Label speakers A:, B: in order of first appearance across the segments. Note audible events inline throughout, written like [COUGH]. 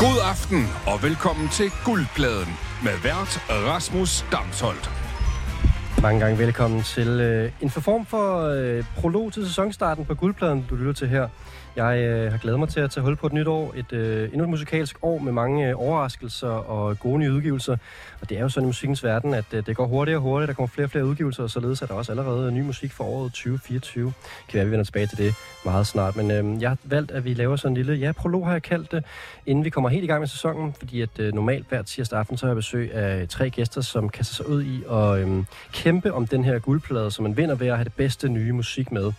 A: God aften og velkommen til Guldpladen med vært Rasmus Damsholdt.
B: Mange gange velkommen til øh, en form for øh, prolog til sæsonstarten på Guldpladen, du lytter til her. Jeg øh, har glædet mig til at tage hul på et nyt år, et, øh, endnu et musikalsk år med mange øh, overraskelser og gode nye udgivelser. Og det er jo sådan i musikkens verden, at øh, det går hurtigere og hurtigere, der kommer flere og flere udgivelser, og således er der også allerede ny musik for året 2024. Kan være, vi vender tilbage til det meget snart, men øh, jeg har valgt, at vi laver sådan en lille, ja, prolog har jeg kaldt det, inden vi kommer helt i gang med sæsonen, fordi at øh, normalt hver tirsdag aften, så har jeg besøg af tre gæster, som kaster sig ud i at øh, kæmpe om den her guldplade, som man vinder ved at have det bedste nye musik med.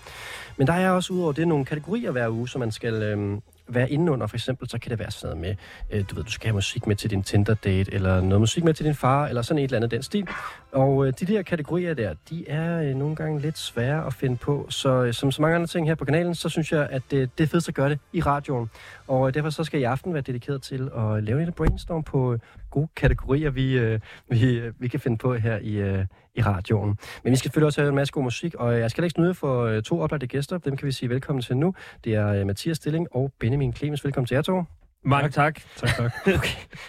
B: Men der er også udover det nogle kategorier hver uge, som man skal øh, være inde under. For eksempel så kan det være sådan noget med, øh, du ved, du skal have musik med til din Tinder-date, eller noget musik med til din far, eller sådan et eller andet den stil. Og øh, de der kategorier der, de er øh, nogle gange lidt svære at finde på. Så øh, som så mange andre ting her på kanalen, så synes jeg, at øh, det er fedest at gøre det i radioen. Og øh, derfor så skal jeg i aften være dedikeret til at lave en lille brainstorm på øh, gode kategorier, vi, øh, vi, øh, vi kan finde på her i, øh, i radioen. Men vi skal selvfølgelig også have en masse god musik, og jeg skal ikke snyde for øh, to oplagte gæster. Dem kan vi sige velkommen til nu. Det er øh, Mathias Stilling og Benjamin Clemens. Velkommen til jer to.
C: Mange tak.
D: Tak, tak.
B: [LAUGHS] Okay.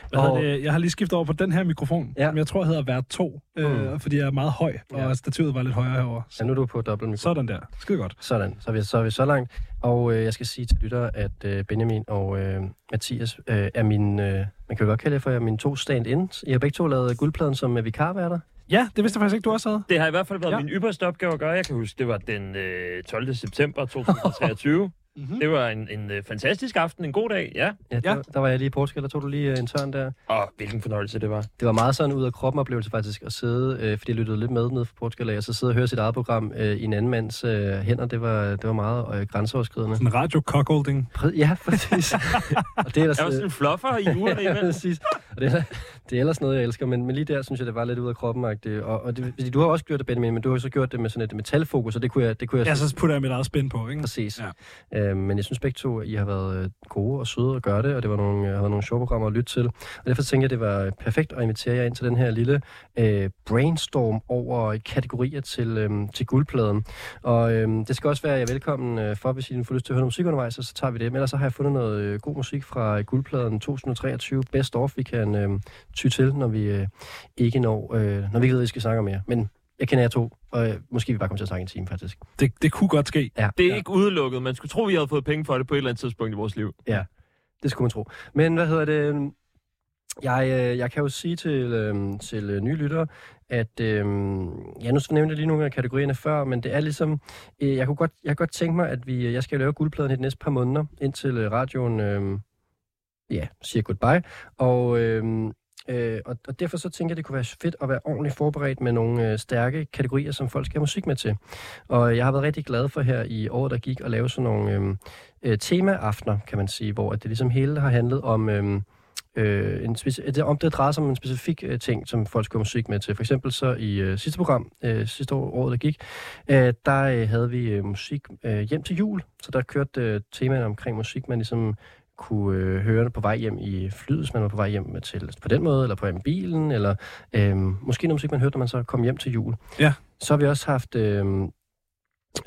D: Hvad hedder det? Jeg har lige skiftet over på den her mikrofon,
B: Ja. Mm.
D: ja. som jeg tror hedder vært 2, øh, fordi jeg er meget høj, og
B: Ja.
D: stativet var lidt højere herovre.
B: Ja,
D: Så,
B: nu er du på dobbelt
D: sådan der. Skide godt.
B: Sådan, så er vi så, er vi så langt. Og øh, jeg skal sige til lytter, at øh, Benjamin og øh, Mathias øh, er min, øh, man kan jo godt kalde jer for jer, mine to stand-ins. I har begge to lavet guldpladen som øh, vikarværter.
D: Ja, det vidste jeg faktisk ikke, du også havde.
C: Det har i hvert fald været
D: Ja.
C: ja. min ypperste opgave at gøre. Jeg kan huske, det var den øh, 12. september
D: [LAUGHS]
C: 2023.
D: Mhm.
C: det var en, en øh, fantastisk aften, en god dag, ja.
B: Ja, ja.
D: Ja.
B: Der, der var jeg lige i Portugal, der tog du lige øh, en tørn der.
C: Og hvilken fornøjelse det var.
B: Det var meget sådan ud af kroppen oplevelse faktisk at sidde, øh, fordi jeg lyttede lidt med nede fra Portugal, og jeg så sidde og høre sit eget program øh, i en anden mands øh, hænder. Det var, det var meget øh, grænseoverskridende.
D: En radio cockholding.
B: Præ- Ja, præcis. og det er ellers,
C: Jeg var sådan en fluffer [LAUGHS] i ugerne
B: Ja,
C: imellem.
B: præcis. Og det, er, det er ellers noget, jeg elsker, men, men lige der synes jeg, det var lidt ud af kroppen. Og, og det, fordi du har også gjort det, Benjamin, men du har jo så gjort det med sådan et metalfokus, og det kunne jeg, det kunne jeg
D: Ja, så putter jeg mit eget spænd på, ikke?
B: præcis.
D: Mm. Ja.
B: Øhm, men jeg synes begge to, at I har været øh, gode og søde at gøre det, og det var nogle, øh, har været nogle sjove programmer at lytte til. Og derfor tænkte jeg, at det var øh, perfekt at invitere jer ind til den her lille øh, brainstorm over kategorier til, øhm, til guldpladen. Og øhm, det skal også være, at jeg er velkommen øh, for, hvis I får lyst til at høre noget musik undervejs, og så tager vi det. Men ellers så har jeg fundet noget øh, god musik fra øh, guldpladen 2023, best of, vi kan øh, ty til, når vi øh, ikke når, øh, når vi ikke ved, hvad vi skal snakke om mere. Men jeg kender jer to, og øh, måske vi bare kommer til at snakke en time, faktisk.
D: Det, det kunne godt ske.
B: Ja.
C: Det er ikke udelukket. Man skulle tro, vi havde fået penge for det på et eller andet tidspunkt i vores liv.
B: Det skulle man tro. Men hvad hedder det? Jeg, øh, jeg kan jo sige til, øh, til øh, nye lyttere, at øh, ja, nu nævnte jeg lige nogle af kategorierne før, men det er ligesom, øh, jeg kunne godt, jeg kan godt tænke mig, at vi, øh, jeg skal jo lave guldpladen i de næste par måneder, indtil øh, radioen, øh, ja, siger goodbye, og, øh, øh, og, og derfor så tænker jeg, det kunne være fedt at være ordentligt forberedt med nogle øh, stærke kategorier, som folk skal have musik med til. Og jeg har været rigtig glad for her i året, der gik, at lave sådan nogle... Øh, øh, temaaftener, kan man sige, hvor at det ligesom hele har handlet om... Øh, Øh, en speci- det, om det drejer sig om en specifik øh, ting, som folk skulle have musik med til. For eksempel så i øh, sidste program, øh, sidste år, året, der gik, øh, der øh, havde vi øh, musik øh, hjem til jul. Så der kørte øh, temaerne omkring musik, man ligesom kunne øh, høre på vej hjem i flyet, hvis man var på vej hjem med til på den måde, eller på vej med bilen, eller øh, måske noget musik, man hørte, når man så kom hjem til jul.
D: Ja.
B: Så har vi også haft øh,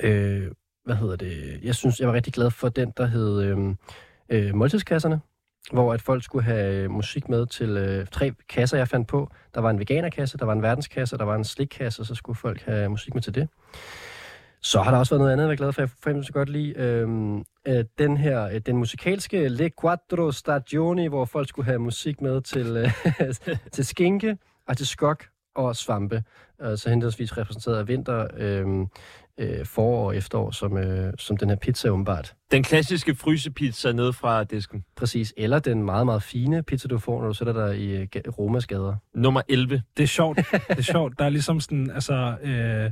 B: øh, hvad hedder det, jeg synes, jeg var rigtig glad for den, der hed øh, øh, måltidskasserne, hvor at folk skulle have øh, musik med til øh, tre kasser, jeg fandt på. Der var en veganerkasse, der var en verdenskasse, og der var en slikkasse, og så skulle folk have musik med til det. Så har der også været noget andet, jeg er glad for. Jeg for eksempel så godt lide øhm, øh, den her, øh, den musikalske Le Quattro Stagioni, hvor folk skulle have musik med til, øh, [LAUGHS] til skinke og til skok og svampe. Øh, så henholdsvis repræsenteret af vinter, øhm, øh, forår og efterår, som, øh, som den her pizza åbenbart.
C: Den klassiske frysepizza ned fra disken.
B: Præcis. Eller den meget, meget fine pizza, du får, når du sætter dig i øh, ga- romaskader.
C: Nummer 11.
D: Det er sjovt. Det er sjovt. Der er ligesom sådan, altså... Øh,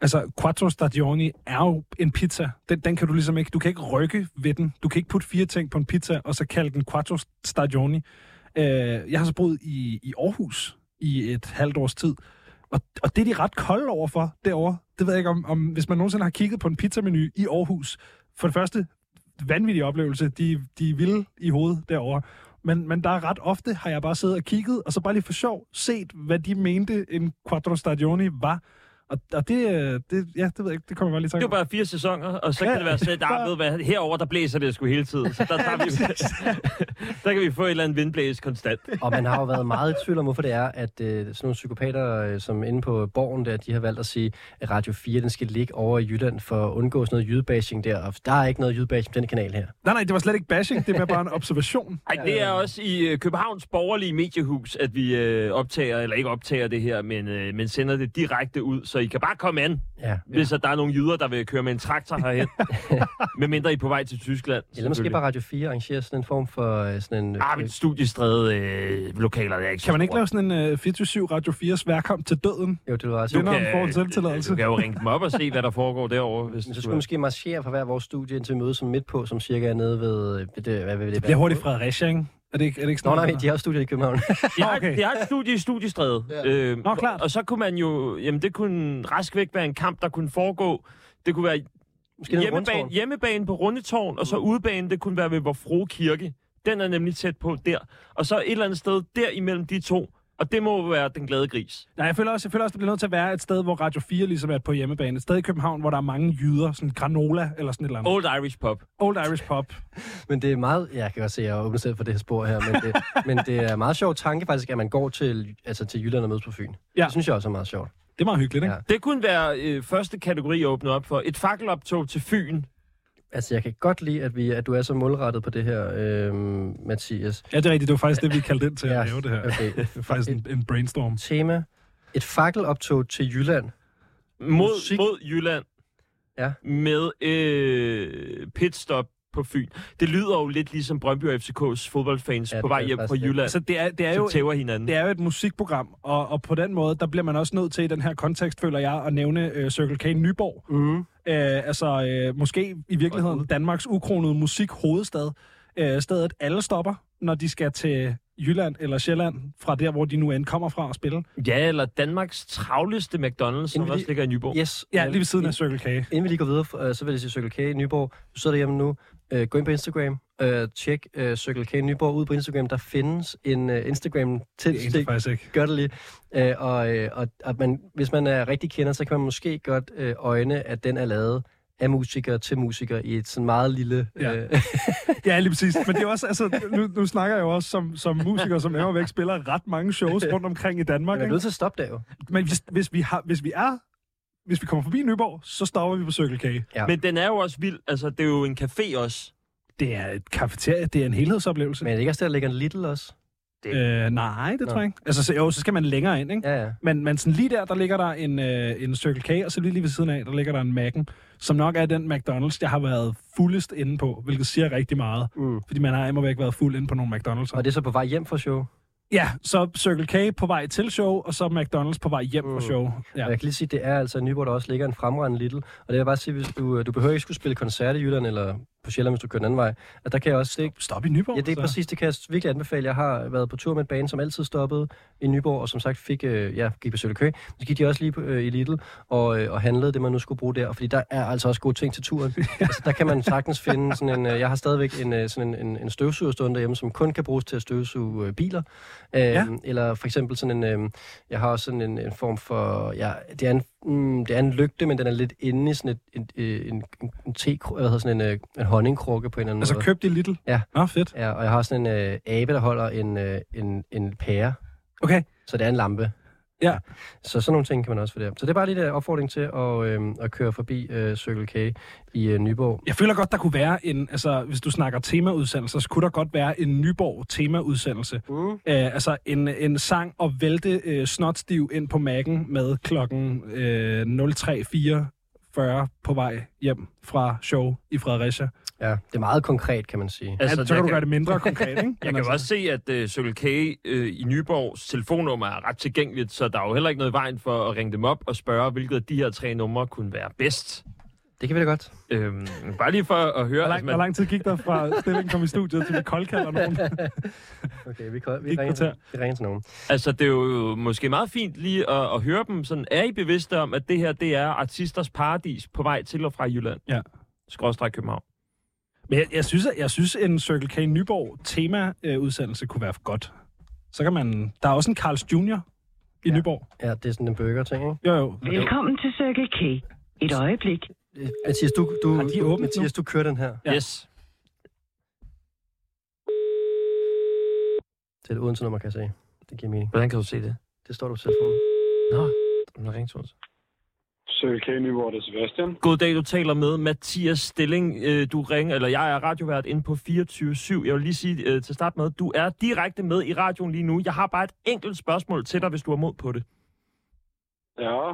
D: Altså, quattro stagioni er jo en pizza. Den, den kan du ligesom ikke... Du kan ikke rykke ved den. Du kan ikke putte fire ting på en pizza, og så kalde den quattro stagioni. Øh, jeg har så boet i, i Aarhus i et halvt års tid, og, og det er de ret kolde overfor derovre. Det ved jeg ikke, om, om hvis man nogensinde har kigget på en pizzamenu i Aarhus. For det første, vanvittig oplevelse. De, de er vilde i hovedet derovre. Men, men der er ret ofte, har jeg bare siddet og kigget, og så bare lige for sjov set, hvad de mente, en quattro stagioni var. Og, og det, øh, det, ja, det ved jeg ikke, det kommer jeg bare lige i
C: Det
D: tanke
C: er jo bare fire sæsoner, og så kan
D: Ja,
C: det
D: [LAUGHS]
C: være sådan,
D: bare-
C: at ved du hvad, herover der blæser det sgu hele tiden. Så der, tager vi,
D: [LAUGHS]
C: der kan vi [LAUGHS] få et eller andet vindblæs konstant.
B: Og man har jo været meget i tvivl om, hvorfor det er, at øh, sådan nogle psykopater, øh, som inde på borgen der, de har valgt at sige, at Radio 4, den skal ligge over i Jylland for at undgå sådan noget jydebashing der. Og der er ikke noget jydebashing på den kanal her.
D: Nej, nej, det var slet ikke bashing, det var bare en observation.
C: Ej, det er også i øh, Københavns borgerlige mediehus, at vi øh, optager, eller ikke optager det her, men, øh, men sender det direkte ud, så I kan bare komme an,
B: Ja.
C: hvis at der er nogle jyder, der vil køre med en traktor
D: [LAUGHS]
C: herhen. Medmindre I er på vej til Tyskland.
B: Eller måske bare Radio 4 arrangerer sådan en form for øh, sådan en... øh,
C: Ah, men studiestræde øh, lokaler, det er ikke så
D: Kan man ikke
C: stort.
D: lave sådan en øh, 24-7 Radio 4's værkom til døden?
B: jo, det var altså...
D: Du kan- Nå, får en selvtilladelse.
C: Du kan jo ringe dem op og se, hvad der foregår derovre. Hvis
B: Men
C: det
B: så
C: skulle
B: skulle vi
C: være.
B: måske marchere fra hver vores studie ind til møde som midt på, som cirka er nede ved... øh, ved det, hvad vil det
D: Det er
B: være?
D: hurtigt Fredericia, ikke? Er det ikke, er det ikke
B: Nå
D: sådan
B: nej, de har jo studiet i København.
C: De
D: Okay.
C: har, okay. de har et studie i studiestrædet.
B: Ja.
C: Øh,
D: Nå, klart.
C: Og så kunne man jo... Jamen, det kunne rask væk være en kamp, der kunne foregå. Det kunne være
B: Måske nede ved
C: hjemmebane,
B: Rundtårn.
C: hjemmebane på Rundetårn, og så udebane, det kunne være ved Vorfro Kirke. Den er nemlig tæt på der. Og så et eller andet sted der imellem de to. Og det må jo være den glade gris.
D: Nej, jeg føler, også, jeg føler også, det bliver nødt til at være et sted, hvor Radio 4 ligesom er på hjemmebane. Et sted i København, hvor der er mange jyder, sådan granola eller sådan et eller andet.
C: Old Irish Pop.
D: Old Irish Pop.
B: Men det er meget... Ja, jeg kan godt se, at jeg er åbnet selv for det her spor her, men det,
D: [LAUGHS]
B: men det er meget sjov tanke faktisk, at man går til, altså, til Jylland og mødes på Fyn.
D: Ja.
B: Det synes jeg også er meget sjovt.
D: Det er meget hyggeligt, ikke?
B: Ja.
C: Det kunne være øh, første kategori, jeg åbner op for. Et fakkeloptog til Fyn.
B: Altså, jeg kan godt lide, at, vi, at du er så målrettet på det her, øh, Mathias.
D: Ja, det er rigtigt. Det var faktisk det, vi kaldte ind til
B: Ja,
D: at lave det her.
B: okay.
D: Det er faktisk en, en brainstorm.
B: Tema. Et fakkeloptog til Jylland.
C: mod,
B: Musik.
C: mod Jylland
B: Ja.
C: med øh, pitstop på Fyn. Det lyder jo lidt ligesom Brøndby og FCK's fodboldfans
B: Ja,
C: ja,
B: det
C: på vej
B: gør
C: hjem
B: det
C: fra
B: faktisk lidt.
C: Jylland,
D: Altså,
C: så,
D: det er, det er
C: jo,
D: jo...
C: tæver hinanden.
D: Det er jo et musikprogram, og, og på den måde, der bliver man også nødt til i den her kontekst, føler jeg, at nævne øh, Circle K Nyborg.
B: Mm.
D: Øh, altså, øh, måske i virkeligheden Danmarks ukronede musikhovedstad. Øh, stedet alle stopper, når de skal til Jylland eller Sjælland, fra der, hvor de nu end kommer fra og spiller.
C: Ja, eller Danmarks travleste McDonald's, som
B: vi
C: også
B: lige-
C: ligger i Nyborg.
B: Yes.
D: Ja, lige ved siden af Circle K.
B: Inden vi lige går videre, øh, så vil jeg sige Circle K i Nyborg. Du sidder derhjemme nu. Øh, Gå ind på Instagram. Øh, Tjek øh, Circle K i Nyborg ud på Instagram. Der findes en øh, Instagram
D: Det er det
B: til
D: faktisk ikke.
B: Gør det lige. Øh, og øh, og at man, hvis man er rigtig kender, så kan man måske godt øh, øjne, at den er lavet af musikere til musikere i et sådan meget lille...
D: Ja.
B: Øh,
D: [LAUGHS]
B: [LAUGHS]
D: Ja, lige præcis. Men det er også, altså, nu, nu snakker jeg jo også som, som musiker, som er væk spiller ret mange shows rundt omkring i Danmark.
B: man er
D: Ikke?
B: nødt til at stoppe der jo.
D: Men hvis, hvis, vi har, hvis vi er hvis vi kommer forbi Nyborg, så stopper vi på Circle K.
B: Ja.
C: Men den er jo også vild. Altså, det er jo en café også.
D: Det er et kafeterie, det er en helhedsoplevelse.
B: Men er det ikke også der, der ligger en Little også?
D: Øh, nej, det
B: Nå.
D: tror jeg ikke. Altså, så, jo, så skal man længere ind, ikke?
B: Ja, ja.
D: Men, men sådan lige der, der ligger der en, øh, en Circle K, og så lige, lige ved siden af, der ligger der en Mac'en, som nok er den McDonald's, jeg har været fuldest inde på, hvilket siger rigtig meget.
B: Mm.
D: Fordi man har imod væk været fuld inde på nogle McDonald's.
B: Og det er så på vej hjem fra show.
D: Ja, så Circle K på vej til show, og så McDonald's på vej hjem fra
B: Mm.
D: show.
B: Ja.
D: Ja.
B: Og jeg kan lige sige, det er altså i Nyborg, der også ligger en fremragende Little. Og det vil jeg bare sige, hvis du, du behøver ikke skulle spille koncert i Jylland eller på Sjælland, hvis du kører den anden vej. At der kan jeg også... Det,
D: Stop i Nyborg.
B: ja, det er
D: så.
B: præcis, det kan jeg virkelig anbefale. Jeg har været på tur med en bane, som altid stoppede i Nyborg, og som sagt fik, øh, ja, gik på Sølvkø. Men så gik de også lige på, øh, i Lidl og, øh, og handlede det, man nu skulle bruge der. Fordi der er altså også gode ting til
D: [LAUGHS]
B: turen. altså, der kan man sagtens finde sådan en... Øh, jeg har stadigvæk en, øh, sådan en, en, en støvsuger stående derhjemme, som kun kan bruges til at støvsuge øh, biler. Øh,
D: Ja.
B: Eller for eksempel sådan en... Øh, jeg har også sådan en, en form for... Ja, det, er en, mm, det er en lygte, men den er lidt inde i sådan et, en, øh, en, en, en, te, hvad hedder sådan en, øh, en honningkrukke på en eller anden
D: Altså
B: måde.
D: køb det Little.
B: Ja.
D: Nå, fedt.
B: Ja, og jeg har sådan en øh, abe, der holder en, øh, en, en pære.
D: Okay.
B: Så det er en lampe.
D: Ja.
B: Så sådan nogle ting kan man også få der. Så det er bare lige der opfordring til at, øh, at køre forbi øh, Circle K i øh, Nyborg.
D: Jeg føler godt, der kunne være en, altså hvis du snakker temaudsendelser, så kunne der godt være en Nyborg temaudsendelse.
B: Mm.
D: Æh, altså en, en sang og vælte øh, snotstiv ind på Mac'en med klokken øh, 03.44 på vej hjem fra show i Fredericia.
B: Ja, det er meget konkret, kan man sige.
D: Altså, så
C: jeg
D: kan du gøre det [LAUGHS] mindre konkret, ikke? Men
C: Jeg kan
D: altså,
C: jo også se, at øh, Circle K øh, i Nyborgs telefonnummer er ret tilgængeligt, så der er jo heller ikke noget i vejen for at ringe dem op og spørge, hvilket af de her tre numre kunne være bedst.
B: Det kan vi da godt.
C: Øhm, bare lige for at høre...
D: Hvor
C: altså,
D: lang,
C: man-
D: hvor lang tid gik der fra stillingen kom i studiet, til vi koldkalder nogen?
B: Okay, vi, kan, vi,
D: Ikke
B: ringer,
D: kvarter.
B: vi ringer til nogen.
C: Altså, det er jo måske meget fint lige at, at høre dem. Sådan, er I bevidste om, at det her, det er artisters paradis på vej til og fra Jylland?
D: Ja.
C: Skråstrej København.
D: [LAUGHS] Men jeg, jeg, synes, at, jeg synes, en Circle K Nyborg tema-udsendelse kunne være godt. Så kan man... Der er også en Carl's Jr. i ja. Nyborg.
B: Ja, det er sådan en burger-ting, ikke?
D: Jo, jo.
E: Velkommen til Circle K. Et øjeblik.
B: Øh, Mathias, du, du,
D: Har de
B: du,
D: åbnet nu?
B: Mathias, du kører den her
C: Ja.
D: Ja.
C: Yes.
B: til et Odense nummer, kan jeg se. Det giver mening.
C: Hvordan kan du se det?
B: Det står du på telefonen.
C: Nå, den ring til os.
F: Circle K Nyborg, det er Sebastian.
C: God dag, du taler med Mathias Stilling. Øh, Du ringer, eller jeg er radiovært inde på 24-7. Jeg vil lige sige øh, til start med, du er direkte med i radioen lige nu. Jeg har bare et enkelt spørgsmål til dig, hvis du har mod på det.
F: Ja,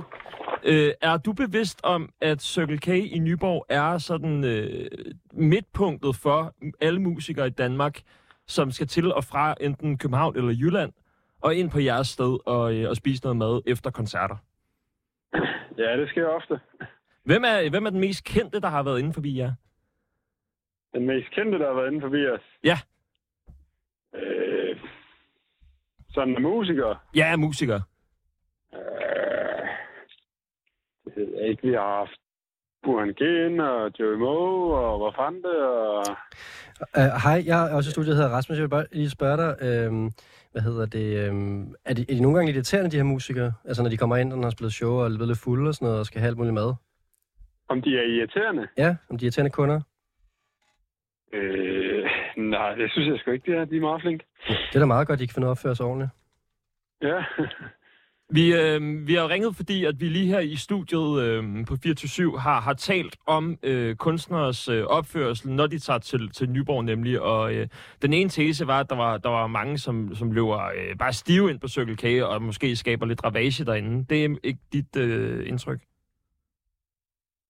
C: Øh, er du bevidst om, at Circle K i Nyborg er sådan øh, midtpunktet for alle musikere i Danmark, som skal til og fra enten København eller Jylland, og ind på jeres sted og, øh, og spise noget mad efter koncerter?
F: ja det sker ofte.
C: Hvem er, hvem er den mest kendte, der har været inde forbi jer?
F: Den mest kendte, der har været inde forbi os.
C: Ja.
F: Øh, sådan en musiker.
C: Ja, musiker.
F: Øh, det ved jeg ikke, vi har haft Burhan Gen og Joey Moe og hvad fanden det, og
B: Øh, Hej, jeg er også i studiet, jeg hedder Rasmus. Jeg vil bare lige spørge dig, øh, hvad hedder det, øh, er, de, er de nogle gange lidt irriterende, de her musikere? Altså, når de kommer ind, og når de har spillet show og er blevet lidt fulde og sådan noget, og skal have alt muligt mad.
F: om de er irriterende.
B: Ja, om de er irriterende kunder.
F: Øh, nej, det synes jeg sgu ikke, det er. De er meget flink.
B: Det er da meget godt, de kan finde ud af at opføre sig ordentligt.
F: Ja. [LAUGHS]
C: Vi, øh, vi har ringet, fordi at vi lige her i studiet øh, på 24 har, har talt om øh, kunstneres øh, opførsel, når de tager til, til Nyborg nemlig. Og øh, den ene tese var, at der var, der var mange, som, som løber øh, bare stive ind på Circle K og måske skaber lidt ravage derinde. Det er ikke dit øh, indtryk?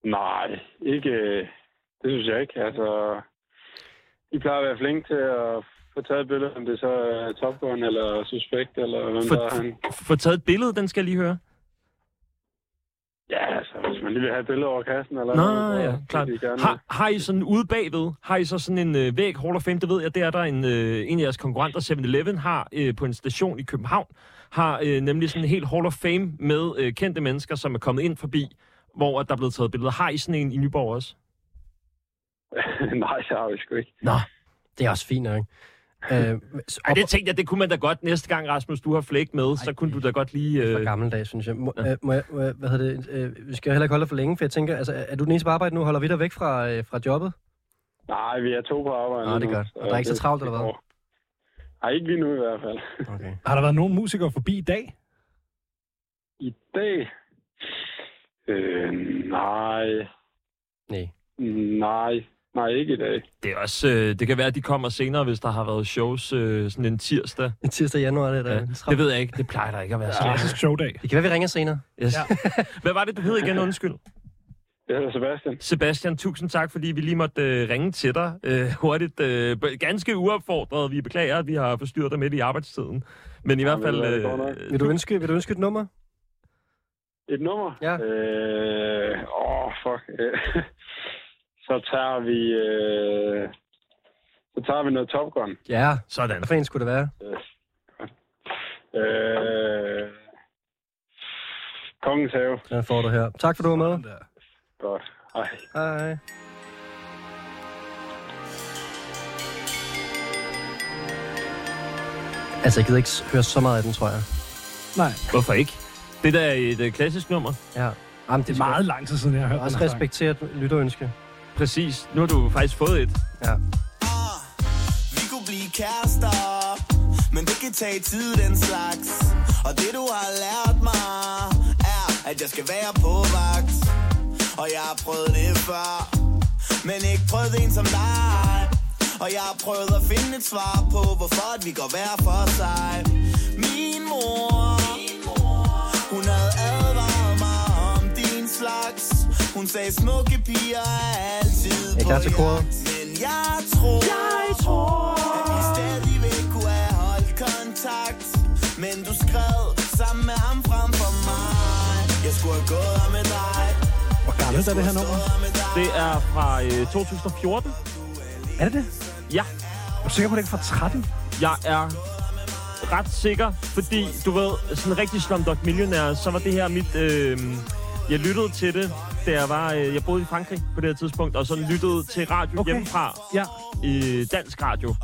F: nej, ikke... øh, Det synes jeg ikke. Altså, de plejer at være flinke til at få taget et billede, om det så er Top Gun eller Suspekt, eller hvem
C: For-
F: for... der er han.
C: Få taget et billede, den skal jeg lige høre.
F: Ja, altså, hvis man lige vil have et billede over kassen, eller...
C: Nå,
F: noget, så
C: ja,
F: vil
C: klart.
F: de gerne-
C: Har, har I sådan ude bagved, har I så sådan en øh, væg, Hall of Fame, det ved jeg, det er der en, øh, en af jeres konkurrenter, 7-Eleven, har øh, på en station i København, har øh, nemlig sådan en helt Hall of Fame med øh, kendte mennesker, som er kommet ind forbi, hvor at der er blevet taget billeder. Har I sådan en i Nyborg også?
F: [LAUGHS] Nej, det har vi sgu ikke.
B: Det er også fint nok.
C: [LAUGHS]
B: Øh, s-
C: Ej, det tænkte jeg, det kunne man da godt næste gang, Rasmus, du har flæk med, så kunne du da godt lige...
B: for
C: Øh,
B: gammeldags, synes jeg. Må,
C: Ja.
B: øh, må jeg må jeg- hvad hedder det? Øh, vi skal heller ikke holde dig for længe, for jeg tænker, altså, er er du den eneste på arbejde nu? Holder vi dig væk fra, øh, fra jobbet?
F: Nej, vi er to på arbejde.
B: Nå, Ah, det er
F: nu,
B: godt. Og der er ikke så
F: det-
B: travlt, eller hvad?
F: det går. Nej, ikke lige nu i hvert fald.
B: Okay.
D: Har der været nogen musikere forbi i dag?
F: I dag... Øh, nej,
B: Nej. [LAUGHS]
F: nej, nej, ikke i dag.
C: det, er også, øh, det kan være, at de kommer senere, hvis der har været shows øh, sådan en tirsdag.
B: En tirsdag i januar, det er der.
C: Ja,
B: Ja.
C: det ved jeg ikke, det plejer der ikke at være så.
D: Klassisk showdag.
B: Det kan være, vi ringer senere.
C: Yes. [LAUGHS] Hvad var det, du hed igen, undskyld?
F: Jeg hedder Sebastian.
C: Sebastian, tusind tak, fordi vi lige måtte øh, ringe til dig øh, hurtigt. Øh, b- ganske uopfordret. Vi beklager, at vi har forstyrret dig midt i arbejdstiden. Men i hvert
F: Jamen,
C: fald... øh,
F: det går nok.
B: Vil
C: [LAUGHS]
B: du ønske, vil du ønske et nummer?
F: Et nummer?
B: Ja.
F: Øh, åh, fuck. [LAUGHS] Øh, så tager vi... Øh, så tager vi noget Top Gun.
B: Ja.
C: sådan.
B: Hvad for en skulle det være?
F: Øh, Kongens Have.
B: Den får du her. Tak for, du var med.
F: Godt. Hej.
B: Hej. Altså, jeg gider ikke s- høre så meget af den, tror jeg.
D: Nej,
C: Hvorfor ikke? Det der er et øh, klassisk nummer.
B: Ja. Jamen,
D: det er meget lang tid siden, jeg har hørt
B: Også
D: den her sang.
B: respektere et lytterønske.
C: Præcis. Nu har du faktisk fået et.
B: Ja.
G: Ah, Vi kunne blive kærester Men det kan tage tid den slags Og det du har lært mig Er at jeg skal være på vagt Og jeg har prøvet det før Men ikke prøvet en som dig Og jeg har prøvet at finde et svar på Hvorfor at vi går hver for sig Min mor Hun havde advaret mig om din slags Hun sagde smukke piger er altid
B: Er I klar
G: på
B: til koret?
G: jagt." Men jeg tror, jeg tror, at vi stadigvæk kunne have holdt kontakt. Men du skrev sammen med ham frem for mig. Jeg skulle have gået om med dig.
D: Hvor gammelt er det her nummer?
C: Det er fra øh, 2014.
D: Er det det?
C: Ja,
D: Er du sikker på, at det ikke er fra 13?
C: jeg er ret sikker, fordi du ved, sådan rigtig Slumdog Millionaire, så var det her mit... Øh, jeg lyttede til det da jeg var... Øh, jeg boede i Frankrig på det her tidspunkt, og så lyttede til radio okay.
D: Okay.
C: hjemmefra
D: Ja,
C: i dansk radio.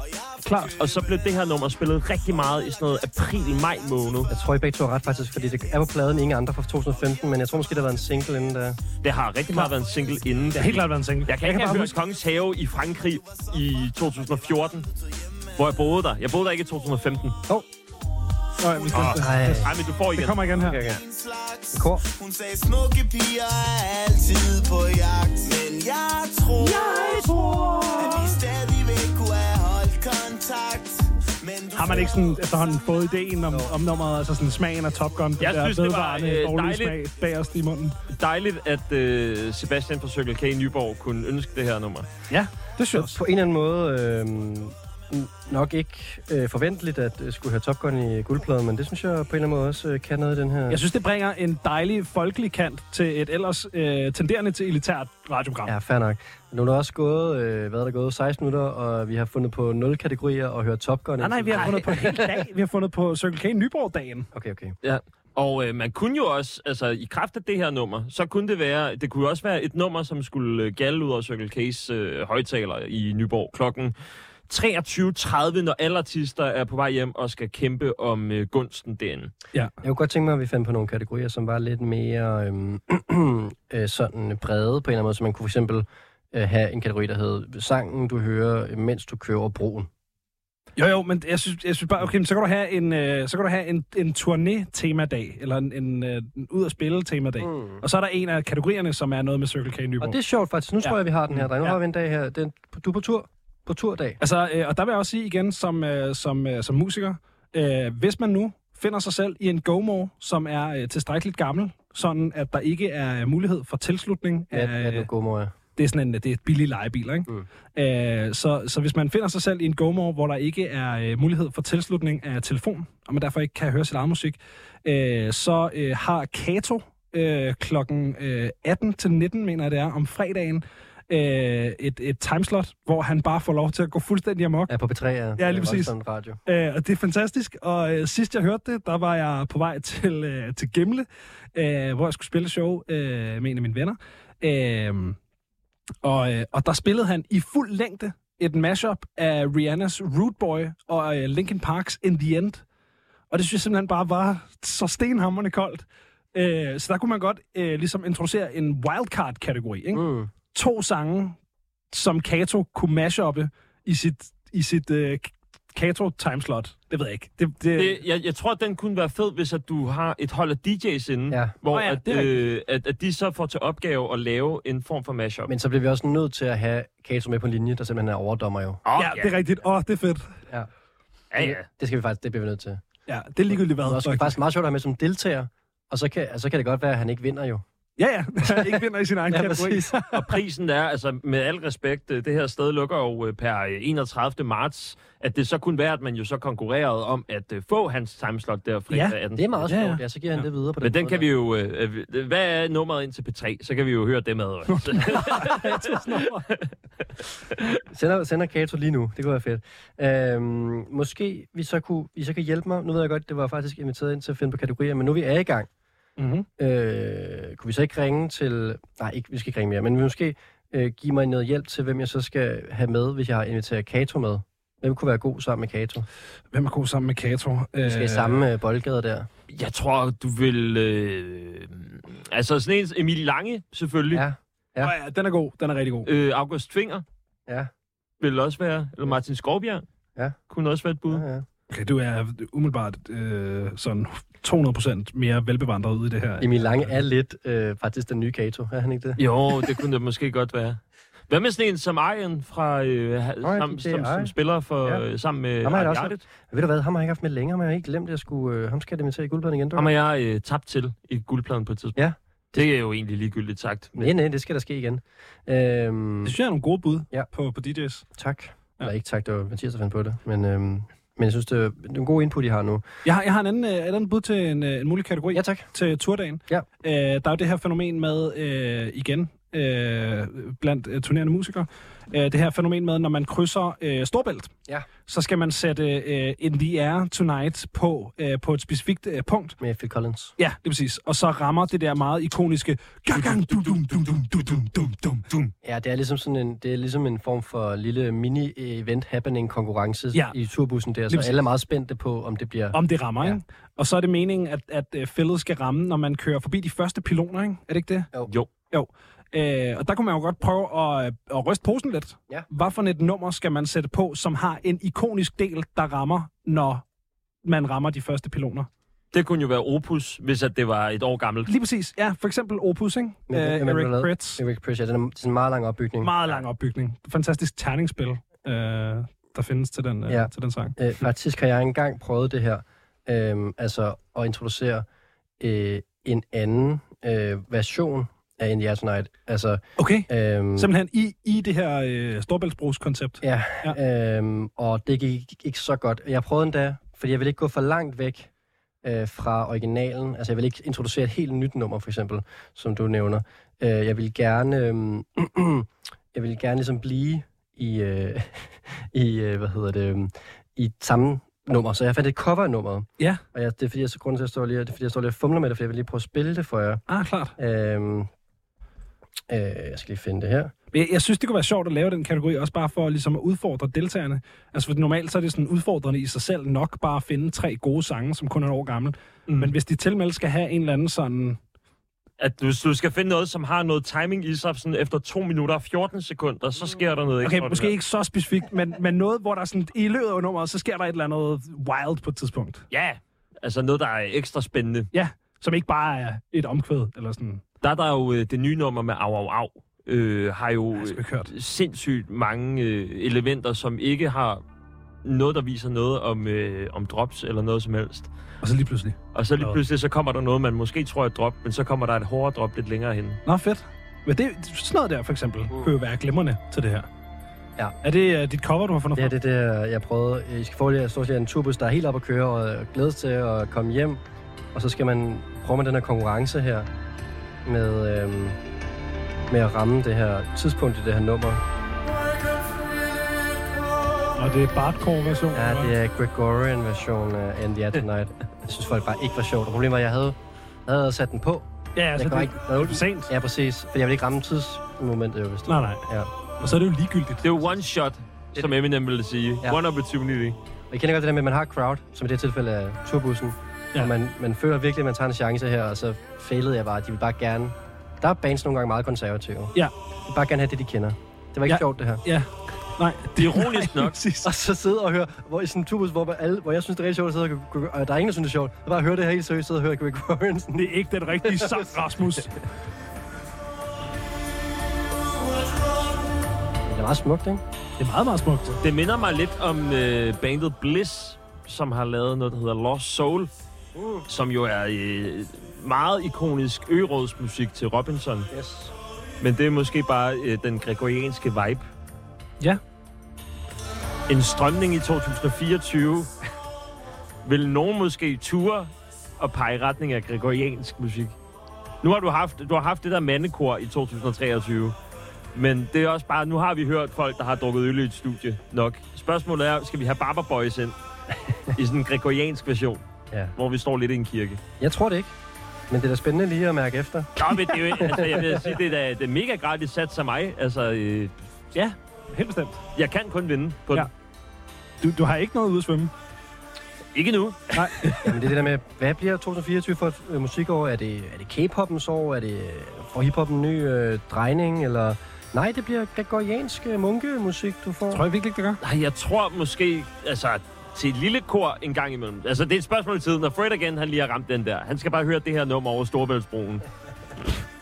D: klart.
C: Og så blev det her nummer spillet rigtig meget i sådan noget april-maj måned.
B: Jeg tror, I begge to har ret faktisk, fordi det er på pladen ingen andre fra 2015, men jeg tror måske, der har været en single inden da.
C: Det har rigtig meget været en single inden. Det
D: Det har helt klart været en single.
C: Jeg kan ikke have
D: bare
C: hørt
D: huske,
C: Kongens Have i Frankrig i 2014, hvor jeg boede der. Jeg boede der ikke i 2015.
D: Nå, jeg bestemte det.
B: Ej,
C: Nej, men du får igen.
D: Det kommer igen her.
B: okay, okay.
G: slags
B: Kor.
G: Hun sagde, smukke piger er altid på jagt Men jeg tror, jeg tror At vi stadigvæk kunne have holdt kontakt Men du
D: Har man ikke sådan efterhånden fået ideen om, om nummeret, altså sådan smagen af Top Gun?
C: Jeg synes, det var, øh,
D: dårlige smag
C: dejligt.
D: bagerst i munden.
C: Dejligt, at øh, Sebastian fra Circle K i Nyborg kunne ønske det her nummer.
D: Ja,
B: Så
D: det synes
B: på en eller anden måde øh, nok ikke øh, forventeligt at øh, skulle have Top Gun i guldpladen, men det synes jeg på en eller anden måde også øh, kan noget i den her.
D: jeg. synes, det bringer en dejlig folkelig kant til et ellers øh, tenderende til elitært radioprogram.
B: Ja, fair nok. Nu er der også gået, øh, hvad er der gået, 16 minutter, og vi har fundet på 0 kategorier og hørt Top Gun.
D: Nej, nej, vi har fundet på en hel dag. Vi har fundet på Circle K Nyborg-dagen.
B: Okay, okay.
C: Ja. Og øh, man kunne jo også, altså i kraft af det her nummer, så kunne det være, det kunne jo også være et nummer, som skulle øh, galde ud over Circle K's øh, højtaler i Nyborg klokken 23.30, når alle artister er på vej hjem og skal kæmpe om øh, gunsten derinde.
B: Jeg kunne godt tænke mig, at vi fandt på nogle kategorier, som var lidt mere øhm, [CLEARS THROAT] øh, sådan brede på en eller anden måde, så man kunne for eksempel øh, have en kategori, der hed sangen, du hører, øh, mens du kører over broen.
D: Jo, jo, men jeg synes, jeg synes bare, okay, men så kan du have en, øh, så kan du have en, en turné-temadag, eller en, en, øh, en ud at spille temadag. Mm. Og så er der en af kategorierne, som er noget med Circle K Nyborg.
B: Og det er sjovt faktisk. Nu ja.
D: Ja.
B: tror jeg, vi har den her. Der nu
D: Ja.
B: har vi en dag her. Den, du er på tur. På turdag.
D: Altså, øh, og der vil jeg også sige igen, som, øh, som, øh, som musiker, øh, hvis man nu finder sig selv i en gomor, som er øh, tilstrækkeligt gammel, sådan at der ikke er mulighed for tilslutning
B: Ja, ja, ja,
D: af, øh,
B: nu god mor.
D: det er sådan en, det er et billig lejebil, ikke? Mm. Øh, så, så hvis man finder sig selv i en gomor, hvor der ikke er øh, mulighed for tilslutning af telefon, og man derfor ikke kan høre sit eget musik, øh, så øh, har Kato øh, klokken øh, 18 til 19, mener jeg det er, om fredagen, øh, et, et timeslot, hvor han bare får lov til at gå fuldstændig amok.
B: Ja, på P3 er
D: lige
B: er
D: præcis.
B: voldsomt radio.
D: Øh, og det er fantastisk, og øh, sidst jeg hørte det, der var jeg på vej til, øh, til Gemle, øh, hvor jeg skulle spille show øh, med en af mine venner. Øh, og, øh, og der spillede han i fuld længde et mashup af Rihannas Root Boy og øh, Linkin Park's In The End. Og det synes jeg simpelthen bare var så stenhammerne koldt. Øh, så der kunne man godt øh, ligesom introducere en wildcard-kategori. Ikke?
B: Mm.
D: to sange, som Kato kunne mashuppe i sit, i sit øh, Kato timeslot. Det ved jeg ikke. Det, det,
C: Det, jeg, jeg tror, at den kunne være fed, hvis at du har et hold af DJ's inden,
B: Ja.
C: hvor
D: Nå ja,
C: at,
D: det er
C: øh, at, at de så får til opgave at lave en form for mashup.
B: Men så bliver vi også nødt til at have Kato med på en linje, der simpelthen er overdommer jo.
C: oh,
D: ja, det er rigtigt. Åh, oh, det er fedt.
C: ja, ja.
B: Det skal vi faktisk, det bliver vi nødt til.
D: Ja, det er ligegyldigt
B: Det er
D: hvad.
B: også
D: faktisk.
B: faktisk meget sjovt at have med som deltager. Og så kan, og så kan det godt være, at han ikke vinder jo.
D: Ja, ja. [LAUGHS] Han ikke vinder i sin
B: [LAUGHS]
D: egen
B: Ja,
D: kategori. [LAUGHS]
B: præcis.
C: Og prisen er, altså med al respekt, øh, det her sted lukker jo øh, per øh, 31. marts, at det så kunne være, at man jo så konkurrerede om at øh, få hans timeslot der fredag
D: Ja,
C: 18.
B: Det er meget
D: Ja, ja.
B: sjovt, ja. Så giver han det videre på den
C: Men den
B: måde
C: kan
B: der.
C: vi jo... Øh, øh, øh, hvad er nummeret ind til P3? Så kan vi jo høre
B: [LAUGHS]
C: det med. altså.
B: Sender, sender Kato lige nu. Det kunne være fedt. Øhm, måske vi så, kunne, I så kan hjælpe mig. Nu ved jeg godt, det var jeg faktisk inviteret ind til at finde på kategorier, men nu vi er i gang,
D: Mm-hmm.
B: øh, kunne vi så ikke ringe til... Nej, ikke, vi skal ikke ringe mere, men vi måske øh, give mig noget hjælp til, hvem jeg så skal have med, hvis jeg har inviteret Kato med. Hvem kunne være god sammen med Kato?
D: Hvem er god sammen med Kato?
B: Vi skal i samme øh, boldgade der.
C: Jeg tror, du vil... Øh, altså sådan en... Emil Lange, selvfølgelig.
B: Ja,
D: Ja. Oh, ja, den er god. Den er rigtig god.
C: Øh, August Tvinger
B: ja,
C: vil også være... Eller Martin Skovbjerg
B: Ja.
C: kunne også være et bud.
B: ja. ja.
D: Okay, du er umiddelbart øh, sådan 200 procent mere velbevandret ude i det her.
B: Emil Lange er lidt øh, faktisk den nye Kato, er han ikke det?
C: Jo, det kunne det måske godt være. Hvad med sådan en som Arjen fra, øh, ha-
B: Nå ja,
C: sam,
B: det er
C: som, som
B: Arjen.
C: spiller for,
B: Ja.
C: ja. øh, sammen med
B: Ham har jeg
C: Arjen
B: også-
C: Hjartet?
B: Ved du hvad, ham har jeg ikke haft med længere, men jeg har ikke glemt, at jeg skulle... Øh, ham skal jeg invitere i guldpladen igen. du.
C: Ham har jeg øh, tabt til i guldpladen på et tidspunkt.
B: Ja.
C: Det er jo egentlig ligegyldigt sagt.
B: Nej, nej, det skal der ske igen. Øhm,
D: Det synes jeg er nogle gode bud
B: Ja.
D: ja. på, på DJ's.
B: tak. Ja.
D: Ja.
B: Eller ikke tak, det var Mathias, der fandt på det. Men, øhm, men jeg synes, det er en god input, I har nu.
D: Jeg har, jeg har en anden, øh, et andet bud til en, øh, en mulig kategori.
B: Ja, tak.
D: til turdagen.
B: Ja.
D: Øh, der er jo det her fænomen med, øh, igen, øh, blandt øh, turnerende musikere. Øh, det her fænomen med, når man krydser øh, Storbælt,
B: Ja.
D: så skal man sætte øh, In The Air Tonight på, øh, på et specifikt øh, punkt.
B: Med Phil Collins.
D: Ja, det er præcis. Og så rammer det der meget ikoniske... gagang, dum, dum, dum, dum, dum, dum, dum, dum, dum.
B: Ja, det er ligesom sådan en, det er ligesom en form for lille mini-event happening konkurrence
D: Ja.
B: ja. i turbussen der, så
D: præcis.
B: alle er meget spændte på, om det bliver...
D: Om det rammer,
B: Ja.
D: ikke? Og så er det meningen, at, at øh, fældet skal ramme, når man kører forbi de første piloner, ikke? Er det ikke det?
C: Jo.
D: Jo. Øh, og der kunne man jo godt prøve at, øh, at ryste posen lidt.
B: Ja.
D: Hvad for et nummer skal man sætte på, som har en ikonisk del, der rammer, når man rammer de første piloner?
C: Det kunne jo være Opus, hvis at det var et år gammelt.
D: Lige præcis. Ja, for eksempel Opus, ikke? Øh,
B: Men hvem- hvem er det, der
D: Eric
B: lavede?
D: Pritz.
B: Eric Press, ja, den er, det er sådan en meget lang opbygning.
D: Meget lang opbygning. Fantastisk terningsspil, øh, der findes til den, øh, ja.
B: Ja.
D: til den sang.
B: Øh, faktisk har jeg engang prøvet det her, øh, altså at introducere øh, en anden øh, version af In The Air Tonight. Altså,
D: Okay.
B: øh,
D: Simpelthen i, i det her øh, Storbæltsbrugskoncept.
B: ja, [LAUGHS] øh, og det gik ikke- ikke så godt. Jeg prøvede endda, fordi jeg ville ikke gå for langt væk øh, fra originalen. Altså, jeg ville ikke introducere et helt nyt nummer, for eksempel, som du nævner. Øh, jeg ville gerne, øh, [CLEARS THROAT] jeg ville gerne ligesom blive i, øh, [LAUGHS] i øh, hvad hedder det, øh, i samme nummer. Så jeg fandt et cover af nummeret.
D: Ja.
B: Og jeg, det er fordi, jeg, så grunden til, at jeg står lige, det er, fordi jeg står lige og fumler med det, for jeg vil lige prøve at spille det for jer.
D: Ah, klart.
B: Øhm, øh, jeg skal lige finde det her.
D: Men Jeg, jeg synes, det kunne være sjovt at lave den kategori, også bare for ligesom at udfordre deltagerne. Altså, for normalt så er det sådan udfordrende i sig selv nok bare at finde tre gode sange, som kun er et år gammel. Mm. Men hvis de tilmeldt skal have en eller anden sådan...
C: At du, du skal finde noget, som har noget timing i sig, sådan efter 2 minutter og 14 sekunder, så sker der noget
D: Okay, måske ikke så specifikt, men, men noget, hvor der er sådan, i løbet af nummeret, så sker der et eller andet wild på et tidspunkt.
C: Ja, altså noget, der er ekstra spændende.
D: Ja, som ikke bare er et omkvæd, eller sådan.
C: Der er der jo øh, det nye nummer med Au Au Au. Øh, har jo
D: Jeg har
C: øh,
D: ikke hørt.
C: sindssygt mange øh, elementer, som ikke har noget, der viser noget om, øh, om drops eller noget som helst.
D: Og så lige pludselig.
C: Og så lige
D: Nå.
C: pludselig, så kommer der noget, man måske tror er et drop, men så kommer der et hårdere drop lidt længere hen.
D: Nå, fedt. Men det, sådan noget der, for eksempel, mm. kunne jo være glimrende til det her.
B: Ja.
D: Er det uh, dit cover, du har fundet
B: Det er det, der, jeg prøvede. I skal få lige, jeg står lige en turbus, der er helt op at køre og øh, glædes til at komme hjem. Og så skal man prøve med den her konkurrence her med, øhm, med at ramme det her tidspunkt i det her nummer.
D: fra? Og det er Bartcore-version?
B: Ja,
D: eller hvad?
B: det er Gregorian version af In The Air Tonight. [LAUGHS] Jeg synes folk bare ikke var sjovt. Og problemet var, at jeg havde, jeg havde sat den på.
D: Ja, altså,
B: jeg
D: det,
B: går ikke-
D: det er for sent.
B: Ja, præcis. For jeg ville ikke ramme tidsmomentet, jo, hvis det
D: Nej, nej.
B: Ja.
D: Og så er det jo ligegyldigt.
C: Det er jo one shot, som Eminem ville sige.
B: Ja.
C: One opportunity.
B: Og jeg kender godt det der med, at man har crowd, som i det her tilfælde er turbussen.
D: Ja.
B: Ja. Og man, man føler virkelig, at man tager en chance her, og så failede jeg bare. De vil bare gerne... Der er bands nogle gange meget konservative.
D: Ja.
B: De vil bare gerne have det, de kender. Det var ikke
D: Ja.
B: ja. sjovt, det her.
D: Ja. Nej,
C: Det er ironisk nok.
D: præcis.
B: [LAUGHS] Og så sidde og høre, hvor i sådan en tubus, hvor, man alle, hvor jeg synes, det er rigtig sjovt at sidde og, gå- gå- og der er ingen, der synes, det er sjovt. Jeg bare høre det her helt seriøst, sidde og høre Greg Warrensen.
D: [LAUGHS] Det er ikke den rigtige sang, Rasmus.
B: Det er meget smukt, ikke?
D: Det er meget, meget smukt.
C: Det minder mig lidt om øh, bandet Bliss, som har lavet noget, der hedder Lost Soul, som jo er øh, meget ikonisk ørådsmusik til Robinson.
B: Yes.
C: Men det er måske bare øh, den gregorianske vibe.
D: Ja.
C: En strømning i 2024 vil nogen måske ture og pege i retning af gregoriansk musik. Nu har du haft, du har haft det der mandekor i 2023. Men det er også bare, nu har vi hørt folk, der har drukket øl i et studie nok. Spørgsmålet er, skal vi have Barber Boys ind [LAUGHS] i sådan en gregoriansk version,
B: Ja.
C: hvor vi står lidt i en kirke?
B: Jeg tror det ikke. Men det er da spændende lige at mærke efter.
C: Nå, men det er jo, altså, jeg vil sige, det er, da- det er mega gratis sat af mig. Altså, øh, ja,
D: Helt bestemt.
C: jeg kan kun vinde på
D: Ja.
C: den.
D: Du, du har ikke noget ude at svømme.
C: Ikke nu.
B: Jamen, det er det der med, hvad bliver 2024 for et øh, musikår? Er det, er det K-pop'ens år? Er det, øh, får hip-hop en ny øh, drejning? Eller... Nej, det bliver gregoriansk øh, munkemusik, du får.
D: Tror jeg virkelig ikke, det gør?
C: Nej, jeg tror måske, altså, til et lille kor en gang imellem. Altså, det er et spørgsmål i tiden, når Fred igen, han lige har ramt den der. Han skal bare høre det her nummer over Storbæltsbroen.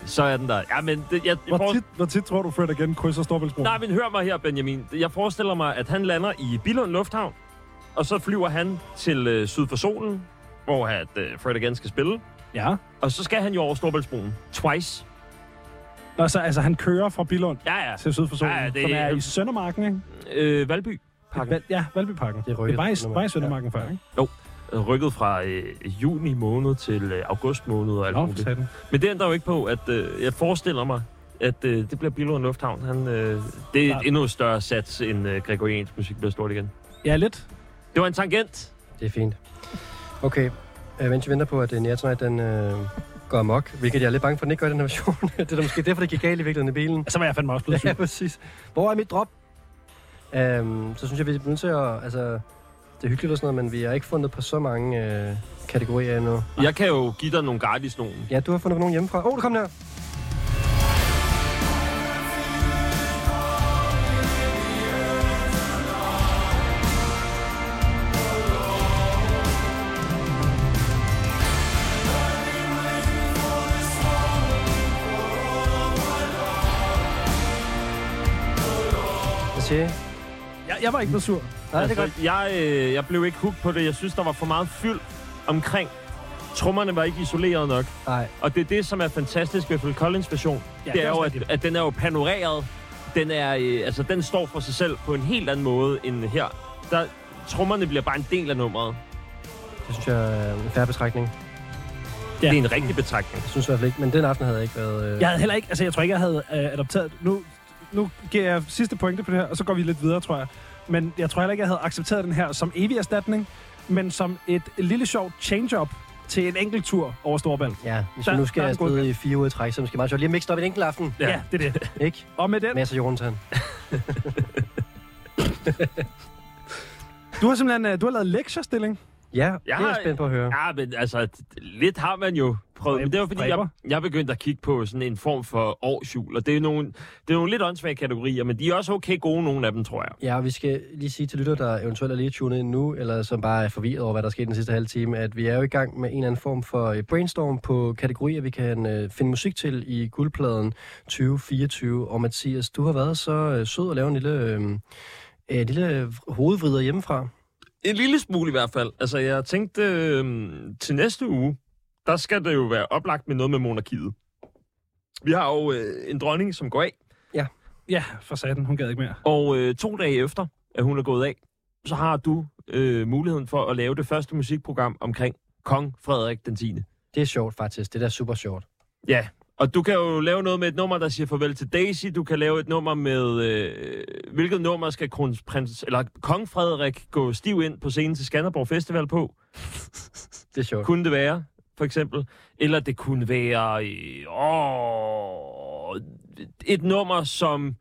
C: Så er den der. Ja, men det, jeg, jeg
D: Hvor tit, hvor tit tror du, Fred igen krydser Storbæltsbroen?
C: Nej, men hør mig her, Benjamin. Jeg forestiller mig, at han lander i Billund Lufthavn, og så flyver han til øh, syd for solen, hvor at, øh, Fred igen skal spille.
D: Ja.
C: Og så skal han jo over Storbæltsbroen. Twice.
D: Nå, så, altså, han kører fra Bilund
C: Ja, ja.
D: til syd for solen,
C: Ja, ja, det-
D: som er i Søndermarken, ikke?
C: Øh, Valby. Pakken.
D: Val, ja, Valbyparken.
B: Det er
D: det
B: rykket
D: var i,
B: til Søndermarken.
D: var i Søndermarken før, ikke?
C: Rykket fra øh, juni måned til øh, august måned og alt
D: Nå, for
C: muligt.
D: satan.
C: Men det ændrer jo ikke på, at øh, jeg forestiller mig, at øh, det bliver Bilund Lufthavn. Han, øh, det er et endnu større sats, end øh, gregoriansk musik bliver stort igen.
D: Ja, lidt.
C: Det var en tangent.
B: Det er fint. Okay, øh, mens vi venter på, at øh, Nea Tonight, den øh, går amok, hvilket jeg er lidt bange for, at den ikke gør i den her version. [LAUGHS] det er da måske derfor, det gik galt i virkeligheden i bilen.
D: Så Altså, var jeg fandme også blevet syg.
B: [LAUGHS] Ja, præcis. Hvor er mit drop? Øhm, så synes jeg, vi er nødt til at... Altså, det er hyggeligt og sådan noget, men vi har ikke fundet på så mange øh, kategorier endnu.
C: Jeg kan jo give dig nogle gratis nogen.
B: Ja, du har fundet på nogen hjemmefra. Åh, oh, der kom der! Hvad siger I?
D: Jeg, jeg var ikke blevet sur.
B: Nej, det er godt.
C: altså, jeg, øh, jeg blev ikke hooked på det. Jeg synes, der var for meget fyld omkring. Trummerne var ikke isoleret nok.
B: Nej,
C: Og det er det, som er fantastisk ved Phil Collins version. Ja, det
D: det
C: er
D: er
C: jo,
D: også
C: at, at den er jo panoreret. Den, er, øh, altså, den står for sig selv på en helt anden måde end her. Der, trummerne bliver bare en del af nummeret.
B: det synes jeg er en færre betragtning.
C: Ja. Det er en rigtig betragtning.
B: Jeg synes i hvert fald ikke, men den aften havde jeg ikke været... Øh...
D: Jeg havde heller ikke, altså jeg tror ikke, jeg havde øh, adopteret. Nu, nu giver jeg sidste pointe på det her, og så går vi lidt videre, tror jeg. Men jeg tror heller ikke, jeg havde accepteret den her som evig erstatning, men som et lille sjovt change-up til en enkelt tur over Storbælt.
B: Ja, hvis
D: Der-
B: vi nu
D: der
B: skal
D: er en god
B: afsted i fire uger i træk, så er det måske meget sjovt lige at mixe det op en enkelt aften.
D: Ja. ja, det er det.
B: Ikke? altså,
D: Og med den,
B: Masser af Jordan.
D: du har simpelthen øh, du har lavet lektiestilling.
B: Ja, det er
C: har-
B: jeg spændt på at høre.
C: Ja, men altså, d- lidt har man jo prøvet. Men det var, fordi jeg,
D: Dræber.
C: jeg begyndte at kigge på sådan en form for årsjul. Og det er nogle, det er nogle lidt åndssvage kategorier, men de er også okay gode, nogle af dem, tror jeg.
B: Ja, og vi skal lige sige til lytter, der eventuelt er lige tunet ind nu, eller som bare er forvirret over, hvad der er sket den sidste halve time, at vi er jo i gang med en eller anden form for øh, brainstorm på kategorier, vi kan øh, finde musik til i guldpladen 2024. Og Mathias, du har været så øh, sød at lave en lille, øh, øh, lille hovedvrider hjemmefra.
C: En lille smule i hvert fald. Altså, jeg tænkte, øh, til næste uge, der skal det jo være oplagt med noget med monarkiet. Vi har jo øh, en dronning, som går af,
D: Ja, for satan, hun gad ikke mere.
C: og øh, to dage efter, at hun er gået af, så har du øh, muligheden for at lave det første musikprogram omkring kong Frederik den 10.
B: Det er sjovt faktisk, det der er super sjovt.
C: Ja, og du kan jo lave noget med et nummer, der siger farvel til Daisy. Du kan lave et nummer med... Øh, hvilket nummer skal kronprins, eller kong Frederik gå stiv ind på scenen til Skanderborg Festival på?
B: Det er sjovt.
C: Kunne det være, for eksempel? Eller det kunne være... Øh, åh, et nummer, som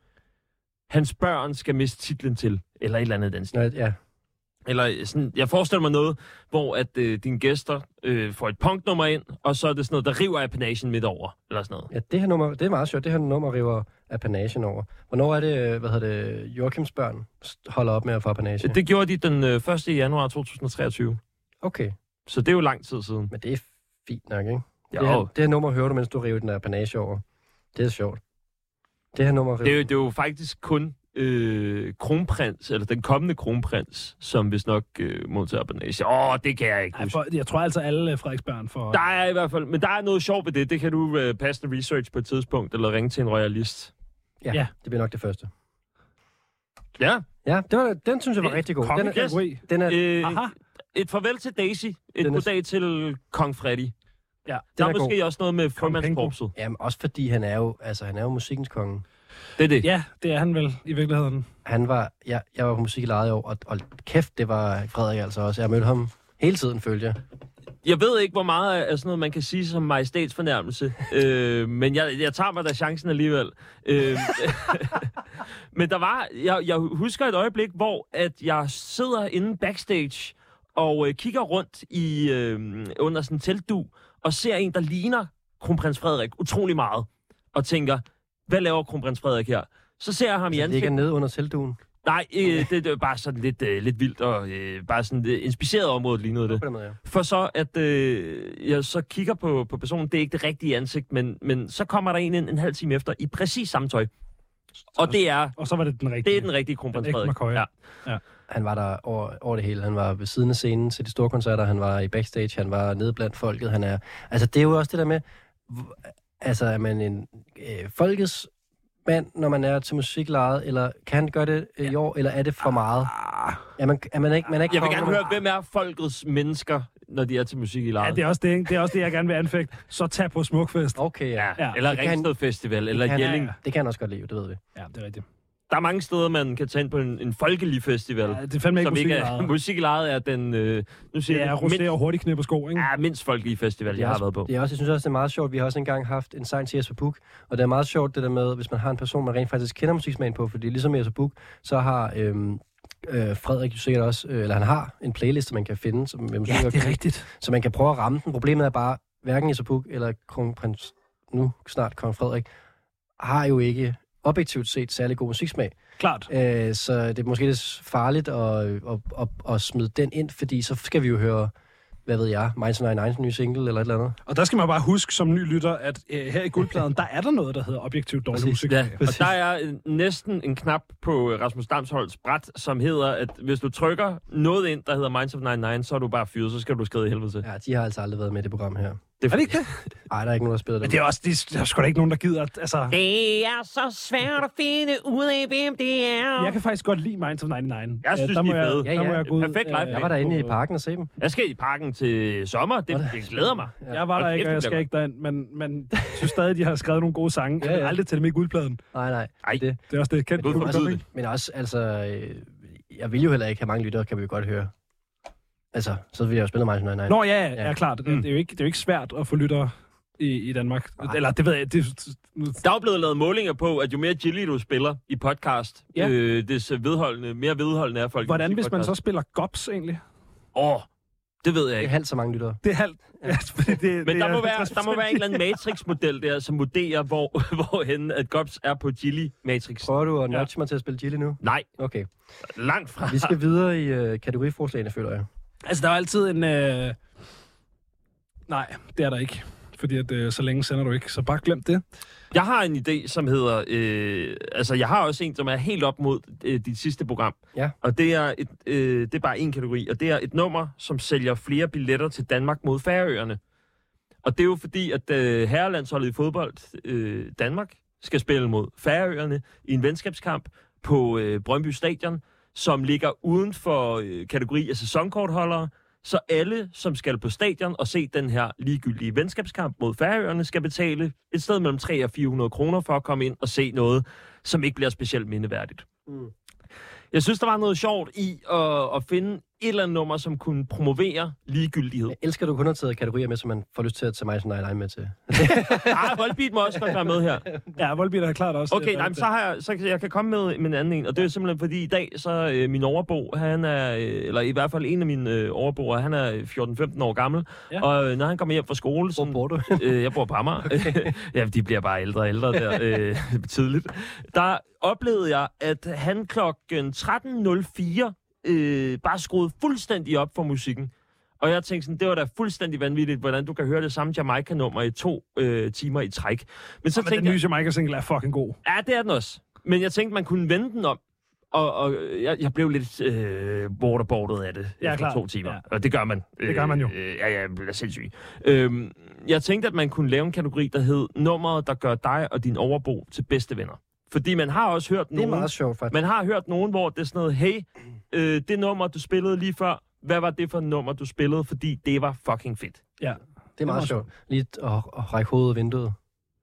C: hans børn skal miste titlen til. Eller et eller andet i den stil.
B: Nå, ja.
C: Eller øh, sådan, jeg forestiller mig noget, hvor at øh, dine gæster øh, får et punknummer ind, og så er det sådan noget, der river appenagen midt over, eller sådan noget.
B: ja, det her nummer, det er meget sjovt. Det her nummer river apanagen over. Hvornår er det, øh, hvad hedder det, Joachims børn holder op med at få apanage?
C: Det gjorde de den øh, 1. januar 2023.
B: Okay,
C: Så det er jo lang tid siden.
B: men det er fint nok, ikke?
C: Ja,
B: Det her,
C: og
B: det her nummer hører du, mens du river den der panage over. Det er sjovt. Det her nummer
C: det, er
B: river...
C: jo, det er jo faktisk kun øh, kronprins, eller den kommende kronprins, som hvis nok øh, modtager banage. Åh, det kan jeg ikke
D: Ej,
C: huske.
D: for, jeg tror altså alle øh, Frederiksbørn for...
C: Der er i hvert fald, men der er noget sjovt ved det. Det kan du øh, passe en research på et tidspunkt, eller ringe til en royalist.
B: Ja,
D: ja.
B: det bliver nok det første.
C: Ja,
B: Ja, det var, den synes jeg var rigtig god. Den er,
D: Kongekategori.
B: den er,
C: øh,
D: Aha.
C: et farvel til Daisy. Et
B: Den er-
C: goddag til Kong Freddy.
D: Ja,
C: Der er,
B: er god.
C: måske også noget med frømandskorpset.
B: jamen, også fordi han er jo, altså, han er jo musikkens konge.
C: Det er det.
D: Ja, det er han vel i virkeligheden.
B: Han var, jeg, jeg var på musik i lejet år, og, og kæft, det var Frederik altså også. Jeg mødte ham hele tiden, følte jeg.
C: Jeg ved ikke, hvor meget af sådan noget, man kan sige som majestætsfornærmelse, øh, men jeg, jeg tager mig da chancen alligevel. Øh, [LAUGHS] men der var, jeg, jeg husker et øjeblik, hvor at jeg sidder inde backstage og øh, kigger rundt i øh, under sådan en teltdu og ser en, der ligner kronprins Frederik utrolig meget, og tænker, hvad laver kronprins Frederik her? Så ser jeg ham i
B: Jeg
C: ansigtet.
B: ligger nede under teltduen.
C: Nej, øh, det, det var bare sådan lidt, øh, lidt vildt, og øh, bare sådan øh, inspiceret området lignede det.
B: På den måde, ja.
C: For så, at øh, jeg så kigger på, på personen, det er ikke det rigtige ansigt, men, men så kommer der en ind en halv time efter i præcis samme tøj. Og det er,
D: Og så var det den rigtige.
C: det er den rigtige kronprins
D: Den ægte
C: Frederik.
D: McCoy.
C: Ja.
B: Han var der over, over det hele. Han var ved siden af scenen til de store koncerter, han var i backstage, han var nede blandt folket. Han er, altså, det er jo også det der med, hv- altså, er man en øh, folkets mand, når man er til musiklejet, eller kan han gøre det øh, i år, eller er det for meget? Er man, er man ikke, man er ikke
C: Ah. Jeg vil
B: kongen?
C: gerne høre, hvem er folkets mennesker når de er til musik i
D: Ja,
C: Lars.
D: det er, også det, ikke? det er også det, jeg gerne vil anfægte. Så tag på Smukfest.
B: Okay, ja.
D: Ja,
C: Eller
B: det kan-
C: Ringsted Festival, eller
B: kan,
C: Jelling.
B: Det kan han også godt lide, det ved vi.
D: ja det er rigtigt.
C: Der er mange steder, man kan tage ind på en, en folkelig festival.
D: Ja, det er fandme ikke
C: som
D: musik.
C: ikke
D: Ikke
C: [LAUGHS] er, musik i lejet er den... Øh, nu siger
D: det er
C: jeg
D: rosé
C: mindst,
D: og hurtigt knip og sko, ikke?
C: ja, mindst folkelige festival, jeg har været på.
B: Det er også, jeg synes også, det er meget sjovt. Vi har også engang haft en sang til Jesper Buch, og det er meget sjovt det der med, hvis man har en person, man rent faktisk kender musiksmagen på, fordi ligesom Jesper Buch, så har øhm, øh, Frederik jo sikkert også, øh, eller han har en playlist, man kan finde, som, med musik,
D: rigtigt.
B: så man kan prøve at ramme den. Problemet er bare, hverken Jesper Buch eller kronprins, nu snart kong Frederik, har jo ikke objektivt set særlig god musiksmag.
D: Klart.
B: Øh, så det er måske lidt farligt at, at, at, at smide den ind, fordi så skal vi jo høre, hvad ved jeg, Minds and Nines nye single eller et eller andet.
D: Og der skal man bare huske som ny lytter, at øh, her i guldpladen, der er der noget, der hedder objektivt dårlig
B: Præcis.
D: musik.
C: Ja, og
B: præcis.
C: der er øh, næsten en knap på øh, Rasmus Damsholds bræt, som hedder, at hvis du trykker noget ind, der hedder Minds of 99, så er du bare fyret, så skal du skride i helvede til. Ja.
B: Ja, de har altså aldrig været med i det program her.
D: Er det ikke det?
B: Ej, der er ikke nogen, der spiller
D: Men
B: det.
D: det er også, det er, der er sgu da ikke nogen, der gider. at- Altså,
C: Det er så svært at finde ud af, hvem det er.
D: jeg kan faktisk godt lide Minds of 99.
C: Jeg
D: Øh,
C: synes,
D: der
C: de
D: må
C: er fede.
D: Jeg, der
B: Ja,
D: må
B: ja.
D: jeg gå ud,
C: Perfekt live.
D: øh,
B: Jeg var derinde i parken og se dem.
C: Jeg skal i parken til sommer, det, det glæder mig.
D: Jeg var
C: Hold
D: der
C: kæft,
D: ikke, og jeg
C: det bliver
D: skal
C: godt.
D: ikke derind, men, men jeg synes stadig, de har skrevet nogle gode sange. Jeg
B: Ja,
D: vil
B: ja.
D: aldrig tage dem i guldpladen.
B: Nej, nej.
C: Ej.
B: Det.
D: Det er også det, jeg kendte.
C: Gud,
D: publikum,
C: forbyde
D: ikke?
B: Men også, altså, øh, jeg vil jo heller ikke have mange lyttere, kan vi jo godt høre. Altså, så ville jeg jo spille mig sådan noget.
D: Nå ja, ja,
B: Ja.
D: ja klart. Det,
C: Mm.
D: det, er jo ikke, det er jo ikke svært at få lyttere i, i Danmark. Eller det ved jeg, det,
C: Der er jo blevet lavet målinger på, at jo mere chili du spiller i podcast, ja.
D: Ja.
C: øh, des vedholdende, mere vedholdende er folk. i
D: Hvordan hvis man så
C: musikpodcast.
D: spiller gops egentlig?
C: Åh, det ved jeg
B: Det er
C: ikke.
B: halvt så mange lyttere.
D: Det er halvt. [LAUGHS] Ja. det, det,
C: Men der
D: er altså
C: må, være,
D: 50%.
C: der må være en eller anden matrixmodel der, som vurderer, hvor, [LAUGHS] hvorhen at Gobs er på chili matrix
B: Prøver du at
D: Ja.
B: nudge mig til at spille Gilly nu?
C: Nej,
B: Okay.
C: langt fra.
B: Vi skal videre i øh, kategoriforslagene, føler jeg.
D: Altså, der er altid en... Øh... Nej, det er der ikke. Fordi at, øh, så længe sender du ikke, så bare glem det.
C: Jeg har en idé, som hedder... Øh, altså, jeg har også en, som er helt op mod øh, dit sidste program.
B: Ja.
C: Og det er, et, øh, det er bare en kategori, og det er et nummer, som sælger flere billetter til Danmark mod Færøerne. Og det er jo fordi, at øh, herrelandsholdet i fodbold, øh, Danmark, skal spille mod Færøerne i en venskabskamp på øh, Brøndby Stadion, som ligger uden for øh, kategori af sæsonkortholdere. Så alle, som skal på stadion og se den her ligegyldige venskabskamp mod Færøerne, skal betale et sted mellem 300 og 400 kroner for at komme ind og se noget, som ikke bliver specielt mindeværdigt.
B: Mm.
C: Jeg synes, der var noget sjovt i at, at finde et eller andet nummer, som kunne promovere ligegyldighed.
B: Jeg elsker, at du kun har taget kategorier med, som man får lyst til at tage mig sådan en med til.
C: Ah, Holbeat må også godt være med her.
D: Ja, Volbeat er klart også. øh,
C: Okay, nej, men så, har jeg, så kan- jeg kan komme med, med en anden en, og det er simpelthen fordi i dag, så øh, min overbo, han er, øh, eller i hvert fald en af mine øh, overboer, han er 14-15 år gammel, ja.
D: Ja.
C: og øh, når han kommer hjem fra skole, så,
B: Hvor bor du?
C: øh, jeg bor på Amager. Okay. [LAUGHS] ja, de bliver bare ældre og ældre der øh, tidligt. Der oplevede jeg, at han klokken 13.04 øh, bare skruede fuldstændig op for musikken. Og jeg tænkte sådan, det var da fuldstændig vanvittigt, hvordan du kan høre det samme Jamaica-nummer i to øh, timer i træk. Men så
D: Men den
C: tænkte jeg,
D: nye Jamaica-single er fucking god.
C: ja, det er den også. Men jeg tænkte, man kunne vende den om. Og, og jeg, jeg blev lidt øh, waterboardet af det
D: Ja,
C: efter
D: klart.
C: to timer.
D: Ja.
C: Og det gør man.
D: Det gør man jo.
C: Øh, ja, ja, jeg bliver sindssyg. Øhm, jeg tænkte, at man kunne lave en kategori, der hed nummeret, der gør dig og din overbo til bedste venner. Fordi man har også hørt
B: Det er
C: nogen,
B: meget sjovt, faktisk.
C: man har hørt nogen, hvor det er sådan noget, hey, øh, det nummer, du spillede lige før, hvad var det for et nummer, du spillede? Fordi det var fucking fedt.
D: Ja.
B: Det er meget
D: meget
B: sjovt. Lige at, at række hovedet ud af vinduet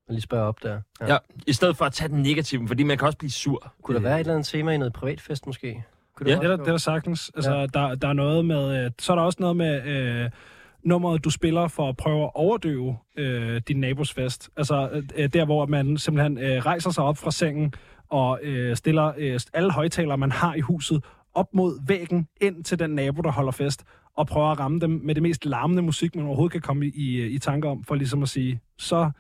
B: og lige spørge op der. Ja.
C: Ja. I stedet for at tage den negative, fordi man kan også blive sur.
B: Kunne der være et eller andet tema i noget privatfest måske? Kunne
C: Ja.
B: være
D: Det er der,
B: sjovt?
D: det er der sagtens. Altså,
B: Ja.
D: ja. der, der er noget med... Øh, så er der også noget med... Øh, nummeret, du spiller for at prøve at overdøve øh, din nabos fest. Altså øh, der, hvor man simpelthen øh, rejser sig op fra sengen og øh, stiller øh, alle højtalere, man har i huset, op mod væggen ind til den nabo, der holder fest, og prøver at ramme dem med det mest larmende musik, man overhovedet kan komme i, øh, i, i tanke om, for ligesom at sige, så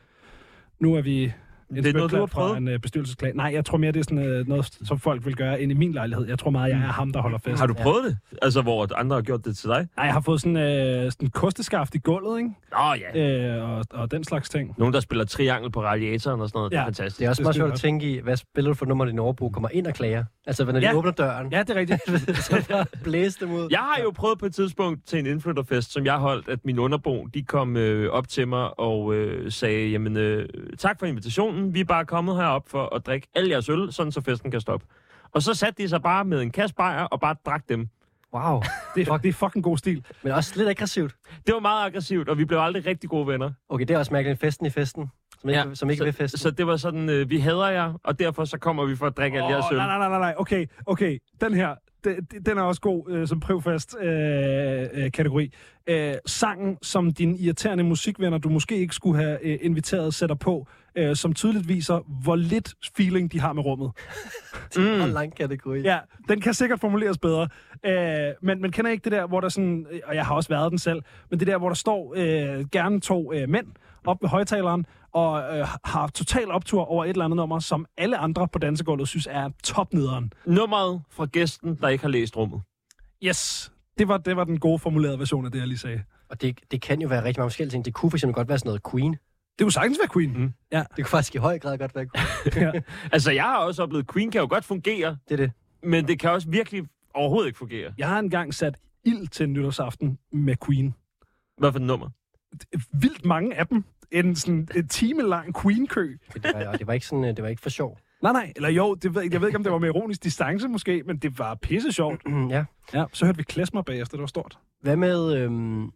D: nu er vi en
C: Det er noget, du har
D: spytklat fra
C: prøvet?
D: en øh, bestyrelsesklage. Nej, jeg tror mere, det er sådan øh, noget, som folk vil gøre ind i min lejlighed. Jeg tror meget, jeg er ham, der holder fest.
C: Har du prøvet det? Altså, hvor andre har gjort det til dig?
D: Nej, jeg har fået sådan øh, sådan kosteskaft i gulvet, ikke?
C: Nå ja.
D: Øh, og, og den slags ting.
C: Nogen, der spiller triangel på radiatoren og sådan noget. Ja. Det er
D: Ja.
C: fantastisk.
B: det er også
D: det
B: meget
D: skal
B: sjovt
D: vi Mm.
B: at tænke i, hvad spiller du for nummer, din overbo kommer ind og klager? Altså, når de
D: Ja.
B: åbner døren,
D: Ja, det er
C: [LAUGHS]
D: rigtigt.
B: så bare blæse dem ud.
C: Jeg har jo prøvet på et tidspunkt til en indflytterfest, som jeg holdt, at min underbo, de kom øh, op til mig og øh, sagde, jamen øh, tak for invitationen, vi er bare kommet herop for at drikke alle jeres øl, sådan så festen kan stoppe. Og så satte de sig bare med en kasse bajer og bare drak dem.
B: Wow.
D: Det, er, det er fucking god stil.
B: Men også lidt aggressivt.
C: Det var meget aggressivt, og vi blev aldrig rigtig gode venner.
B: Okay, det er også mærkeligt. Festen i festen. Som ikke, ja, som ikke
C: så,
B: vil festen.
C: Så det var sådan, øh, vi hader jer, og derfor så kommer vi for at drikke oh, af jeres
D: Åh,
C: øl.
D: nej, nej, nej, nej, nej. Okay, okay. Den her, de- de- den er også god øh, som prøvfast øh, øh, kategori. Øh, sangen, som dine irriterende musikvenner, du måske ikke skulle have øh, inviteret, sætter på, øh, som tydeligt viser, hvor lidt feeling de har med rummet.
B: Det er en lang kategori.
D: mm. Ja, den kan sikkert formuleres bedre. Øh, men man kender ikke det der, hvor der sådan, øh, og jeg har også været den selv, men det der, hvor der står øh, gerne to øh, mænd op ved højtaleren, og øh, har total optur over et eller andet nummer, som alle andre på dansegulvet synes er topnederen.
C: Nummeret fra gæsten, der ikke har læst rummet.
D: Yes! Det var, det var den gode formulerede version af det, jeg lige sagde.
B: Og det, det kan jo være rigtig mange forskellige ting. Det kunne for eksempel godt være sådan noget Queen.
D: Det kunne sagtens være Queen.
C: Mm.
B: Det kunne faktisk i høj grad godt være Queen.
C: Altså, jeg har også oplevet, Queen kan jo godt fungere,
B: Det er det.
C: men det kan også virkelig overhovedet ikke fungere.
D: Jeg har engang sat ild til nytårsaften med Queen.
C: Hvad for et nummer?
D: Vildt mange af dem. En, sådan, en time lang Queen-kø.
B: Men det var, og det var ikke, sådan, øh, det var ikke for sjov. [CLEARS THROAT]
D: Nej, nej. Eller jo, det ved, jeg jeg ved ikke, om det var med ironisk distance måske, men det var pisse sjovt.
B: Mm, ja.
D: Ja, så hørte vi Klesmer bagefter, det var stort.
B: Hvad med... Øhm,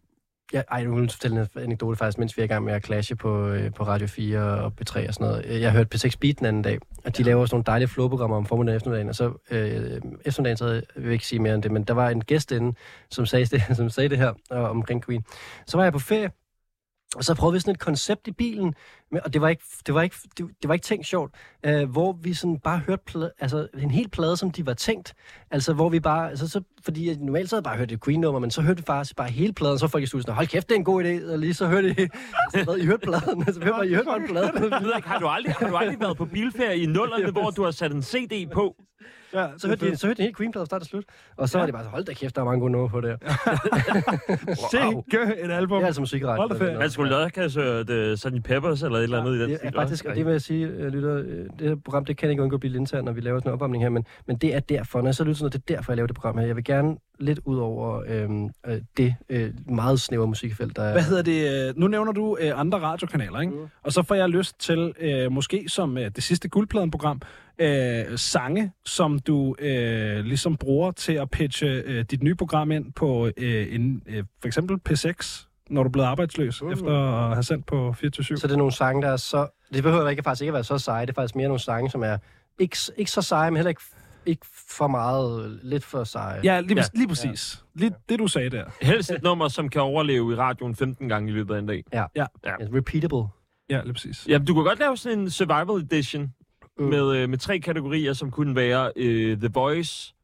B: ja, ej, nu vil jeg fortælle en anekdote faktisk, mens vi er i gang med at clashe på, øh, på Radio 4 og P3 og sådan noget. Jeg hørte P6 Beat den anden dag, og de ja. laver sådan nogle dejlige flowprogrammer om formiddagen og eftermiddagen. Og så øh, eftermiddagen, så jeg vil jeg ikke sige mere end det, men der var en gæst inde, som sagde det, [LAUGHS] som sagde det her og, omkring Queen. Så var jeg på ferie, og så prøvede vi sådan et koncept i bilen, men, og det var ikke, det var ikke, det, det var ikke tænkt sjovt, øh, hvor vi sådan bare hørte plade, altså en hel plade, som de var tænkt, altså hvor vi bare, altså så, fordi at normalt så havde jeg bare hørt et Queen-nummer, men så hørte vi faktisk bare hele pladen, så var folk i studiet sådan, hold kæft, det er en god idé, og lige så hørte I, [LAUGHS] så havde I hørte pladen, [LAUGHS] altså hvem var I hørt bare en plade?
C: Jeg ved ikke, har du aldrig, har du aldrig været på bilferie i [LAUGHS] nullerne, hvor du har sat en CD på?
D: Ja,
B: Så hørte, de, så hørte de en hel Queen-plade fra start til slut, og så var det bare så, hold da kæft, der er mange gode numre på det her.
D: Sikke et album.
B: Det er altså musikret.
D: Hold da ferie.
C: Man skulle nok have hørt uh, Sunny Peppers eller et eller andet i den
B: det er
C: stil,
B: faktisk, og
C: hva'?
B: det vil jeg sige, øh, lytter, øh, det her program, det kan ikke undgå at blive lidt internt, når vi laver sådan en opvarmning her, men, men det er derfor, når jeg så lytter sådan noget, det er derfor, jeg laver det program her. Jeg vil gerne lidt ud over øhm, øh, det øh, meget snævre musikfelt, der
D: Hvad
B: er...
D: hedder det? øh, Nu nævner du øh, andre radiokanaler, ikke? Mm. Og så får jeg lyst til, øh, måske som øh, det sidste guldpladen-program, øh, sange, som du øh, ligesom bruger til at pitche øh, dit nye program ind på øh, en, øh, for eksempel P6, når du er blevet arbejdsløs mm. efter at have sendt på 24
B: Så det er nogle sange, der er så... Det behøver ikke faktisk ikke at være så seje, det er faktisk mere nogle sange, som er ikke, s- ikke så seje, men heller ikke, ikke for meget, øh, lidt for seje.
D: Ja, lige, ja. lige præcis. Lige det, du sagde der.
C: Helst et nummer, som kan overleve i radioen 15 gange i løbet af en dag.
B: Altså Repeatable.
D: Ja, lige præcis.
C: Jamen, du kunne godt lave sådan en survival edition
B: Mm.
C: med, øh, med tre kategorier, som kunne være øh, The Voice,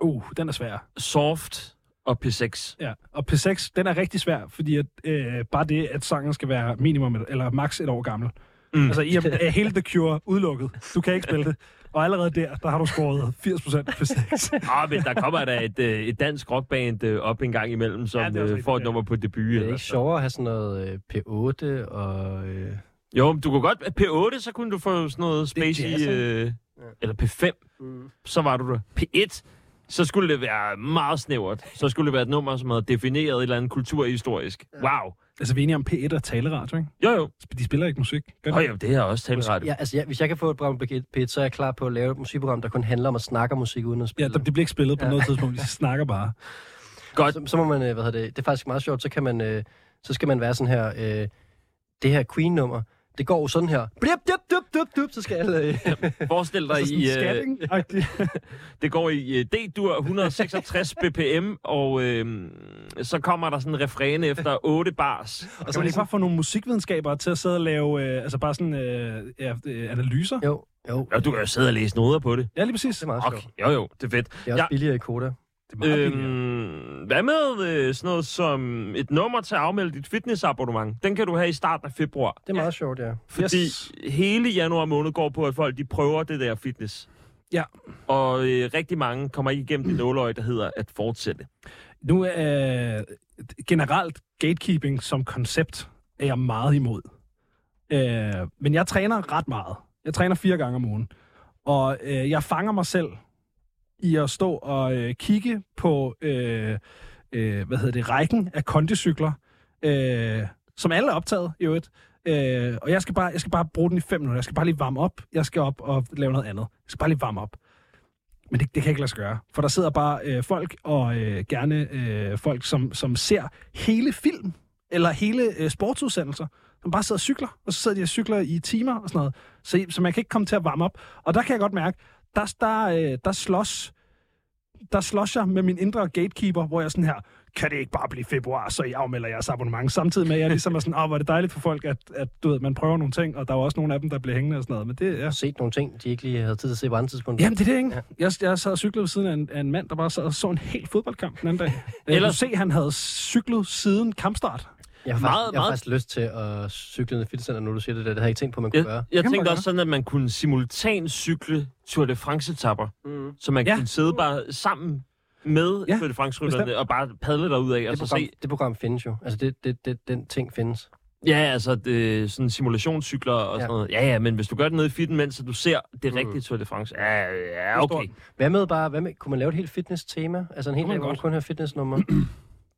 D: Uh, den er svær.
C: Soft og P6.
D: Ja. Og P6, den er rigtig svær, fordi at, øh, bare det, at sangen skal være minimum et, eller maks et år gammel.
C: Mm.
D: Mm. Altså, i og med- er hele The Cure udelukket. Du kan ikke spille det. Og allerede der, der har du scoret 80% P6.
C: Ah, men der kommer da et, øh, et dansk rockband øh, op en gang imellem,
D: Ja,
C: som
D: det er
C: ja,
D: også
C: øh, får et
D: rigtigt, ja.
C: nummer på debut.
B: Det er
C: eller
B: ikke
C: sådan.
B: sjovere at have sådan noget øh, P8 og... Øh,
C: Jo, men du kunne godt... P8, så kunne du få sådan noget spacey...
B: jazz,
C: Øh, eller P5, så var du der. P1, så skulle det være meget snævert. Så skulle det være et nummer, som havde defineret et eller andet kulturhistorisk. Wow.
D: altså, vi er enige om P1 og taleradio, ikke?
C: Jo, jo.
D: De spiller ikke musik. Gør de?
C: Høj, jamen, det her er også taleradio.
B: ja, altså, ja, hvis jeg kan få et program på P1, så er jeg klar på at lave et musikprogram, der kun handler om at snakke om musik uden at spille.
D: Ja, de, de bliver ikke spillet på
B: Ja.
D: ja. noget tidspunkt. De snakker bare.
C: Godt.
B: så, så må man, øh, hvad hedder det, det er faktisk meget sjovt, så, kan man, øh, så skal man være sådan her, øh, det her Queen-nummer, det går jo sådan her, blip, dup, dup, dup, dup, så skal alle, øh, [LAUGHS]
C: Forestil dig,
D: Sådan
C: i, øh, [LAUGHS]
D: skatting. agtig.
C: det går i øh, D-dur 166 bpm, og øh, så kommer der sådan en refræne efter 8 bars.
D: Og så ligesom kan man ikke bare få nogle musikvidenskabere til at sidde og lave øh, altså bare sådan, øh, ja, øh, analyser?
B: jo, jo,
C: Ja, du kan jo sidde og læse noder på det.
D: Ja, lige præcis.
B: det er meget
C: Okay,
B: sjovt.
C: jo jo, det er fedt.
B: Det er også
C: Ja.
B: billigere i Koda.
D: Det er meget billigere.
C: Øhm, hvad med øh, sådan noget som et nummer til at afmelde dit fitnessabonnement? Den kan du have i starten af februar.
B: Det er meget sjovt, ja.
C: Fordi
D: Yes.
C: hele januar måned går på, at folk de prøver det der fitness.
D: Ja.
C: Og øh, rigtig mange kommer ikke igennem det nåløg, der hedder at fortsætte.
D: Nu er øh, generelt gatekeeping som koncept er jeg meget imod. Øh, men jeg træner ret meget. Jeg træner fire gange om ugen. Og øh, jeg fanger mig selv i at stå og øh, kigge på øh, øh, hvad hedder det, rækken af kondicykler, øh, som alle er optaget i øvrigt. Øh, og jeg skal, bare, jeg skal bare bruge den i fem minutter. Jeg skal bare lige varme op. Jeg skal op og lave noget andet. Jeg skal bare lige varme op. Men det, det kan ikke lade sig gøre, for der sidder bare øh, folk, og øh, gerne øh, folk, som, som ser hele film, eller hele øh, sportsudsendelser, som bare sidder og cykler, og så sidder de og cykler i timer og sådan noget. Så, så man kan ikke komme til at varme op. Og der kan jeg godt mærke, der, der, øh, der slås der slås jeg med min indre gatekeeper, hvor jeg er sådan her, kan det ikke bare blive februar, så jeg afmelder jeres abonnement. Samtidig med, at jeg ligesom er sådan, åh, hvor er det dejligt for folk, at, at du ved, man prøver nogle ting, og der er jo også nogle af dem, der bliver hængende og sådan noget. Men det er...
B: set nogle ting, de ikke lige havde tid til at se på andre tidspunkter.
D: Jamen, det er det, ikke? Jeg, jeg sad og cyklede ved siden af en, af en mand, der bare sad og så en helt fodboldkamp den anden dag. [LAUGHS] Jeg kunne
C: Ellers-
D: se, at han havde cyklet siden kampstart.
B: Jeg har,
C: Meget,
B: faktisk, jeg har
C: meget-
B: faktisk lyst til at cykle ned i fitnesscenter, nu du siger det der. Det havde jeg ikke tænkt på, man kunne
C: Jeg,
B: gøre.
C: jeg
D: Kan man
C: tænkte
D: gøre.
C: også sådan, at man kunne simultan cykle Tour de France-etapper. Mm. Så man
D: Ja.
C: ja. kunne sidde bare sammen med
D: Ja,
C: ja. Tour de France-rytterne og bare padle derud af.
B: Det
C: Og så
B: program,
C: se,
B: det program findes jo. Altså, det, det, det, den ting findes.
C: ja, altså det, sådan simulationscykler og
B: Ja.
C: ja. sådan noget. Ja, ja, men hvis du gør det nede i fitten, mens du ser det mm. rigtige Tour de France. Ja, ja, okay.
B: Hvad med bare, hvad med, kunne man lave et helt fitness-tema? Altså en hel
D: Kunne man
B: dag, hvor man
D: godt.
B: kun har
C: [CLEARS THROAT]
B: fitnessnummer?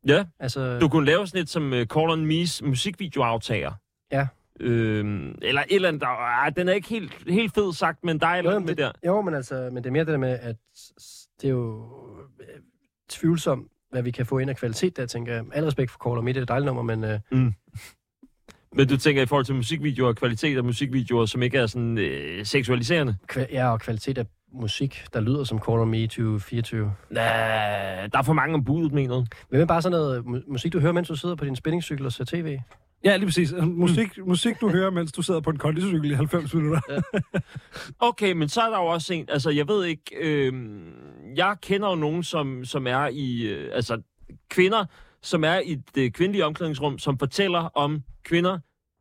C: Ja,
B: altså,
C: du kunne lave sådan et som uh, Call on Me's musikvideoaftager.
B: Ja.
C: Øhm, eller et eller andet, der, ah, den er ikke helt, helt fed sagt, men der er et eller
B: Jo,
C: andet med
B: men
C: der.
B: det, jo, men altså, men det er mere det der med, at s- s- det er jo øh, tvivlsomt, hvad vi kan få ind af kvalitet der, tænker jeg. Al respekt for Call Me, det er et dejligt nummer, men øh,
C: Men du tænker i forhold til musikvideoer, kvalitet af musikvideoer, som ikke er sådan øh, seksualiserende?
B: kva- ja, og kvalitet af musik, der lyder som Call Me 2024.
C: Næh, der er for mange om budet, mener du?
B: Hvad med bare sådan noget mu- musik, du hører, mens du sidder på din spændingscykel og ser tv?
D: Ja, lige præcis. Altså, Musik, musik du hører, mens du sidder på en kondicykel i 90 minutter.
C: Okay, men så er der jo også en... Altså, jeg ved ikke... Øh, jeg kender jo nogen, som, som er i... Øh, altså, kvinder, som er i det kvindelige omklædningsrum, som fortæller om kvinder,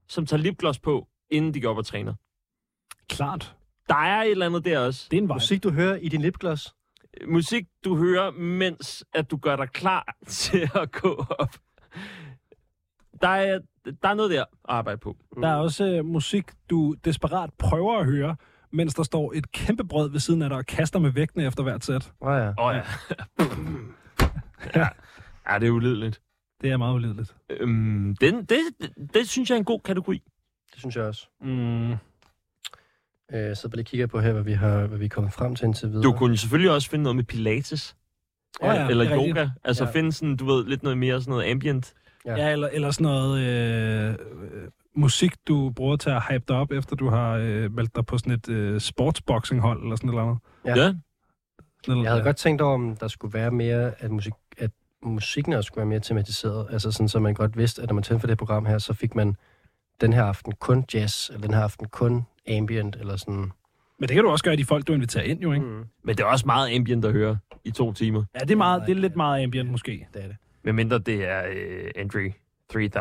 C: som tager lipgloss på, inden de går op og træner.
D: [LAUGHS] Klart.
C: Der er et eller andet der også.
D: Det er en vej.
B: Musik, du hører i din lipgloss?
C: Musik, du hører, mens at du gør dig klar [LAUGHS] til at gå op. Der er, der er noget der at arbejde på.
D: Der er også øh, musik, du desperat prøver at høre, mens der står et kæmpe brød ved siden af dig og kaster med vægtene efter hvert sæt.
B: Åh oh, ja.
C: Åh oh, ja. [LAUGHS] ja. Ja, det er ulideligt.
D: Det er meget ulideligt.
C: Øhm, den, det, det, det synes jeg er en god kategori.
B: Det synes jeg også.
C: Mm.
B: Øh, så bare lige kigger på her, hvad vi, har, hvad vi er kommet frem til indtil videre.
C: Du kunne selvfølgelig også finde noget med pilates
D: Åh ja, det
C: eller
D: er
C: yoga. Altså
B: Ja.
C: ja. finde sådan, du ved, lidt noget mere sådan noget ambient.
B: Ja.
D: Ja, ja eller, eller sådan noget øh, øh, musik, du bruger til at hype dig op, efter du har øh, meldt dig på sådan et øh, sportsboxinghold eller sådan et eller andet.
B: Ja.
C: Ja.
D: Sådan et
B: Jeg
D: eller
B: havde
D: andet.
B: godt tænkt over, om der skulle være mere, at, musik, at musikken også skulle være mere tændmatiseret. Altså sådan, så man godt vidste, at når man tændte for det her program her, så fik man den her aften kun jazz, eller den her aften kun ambient, eller sådan.
D: Men det kan du også gøre i de folk, du inviterer ind, jo, ikke?
B: Mm.
C: Men det er også meget ambient at høre i to timer.
D: Ja, det er, meget, det er lidt meget ambient måske.
B: Det er det.
C: Medmindre det er øh, Andre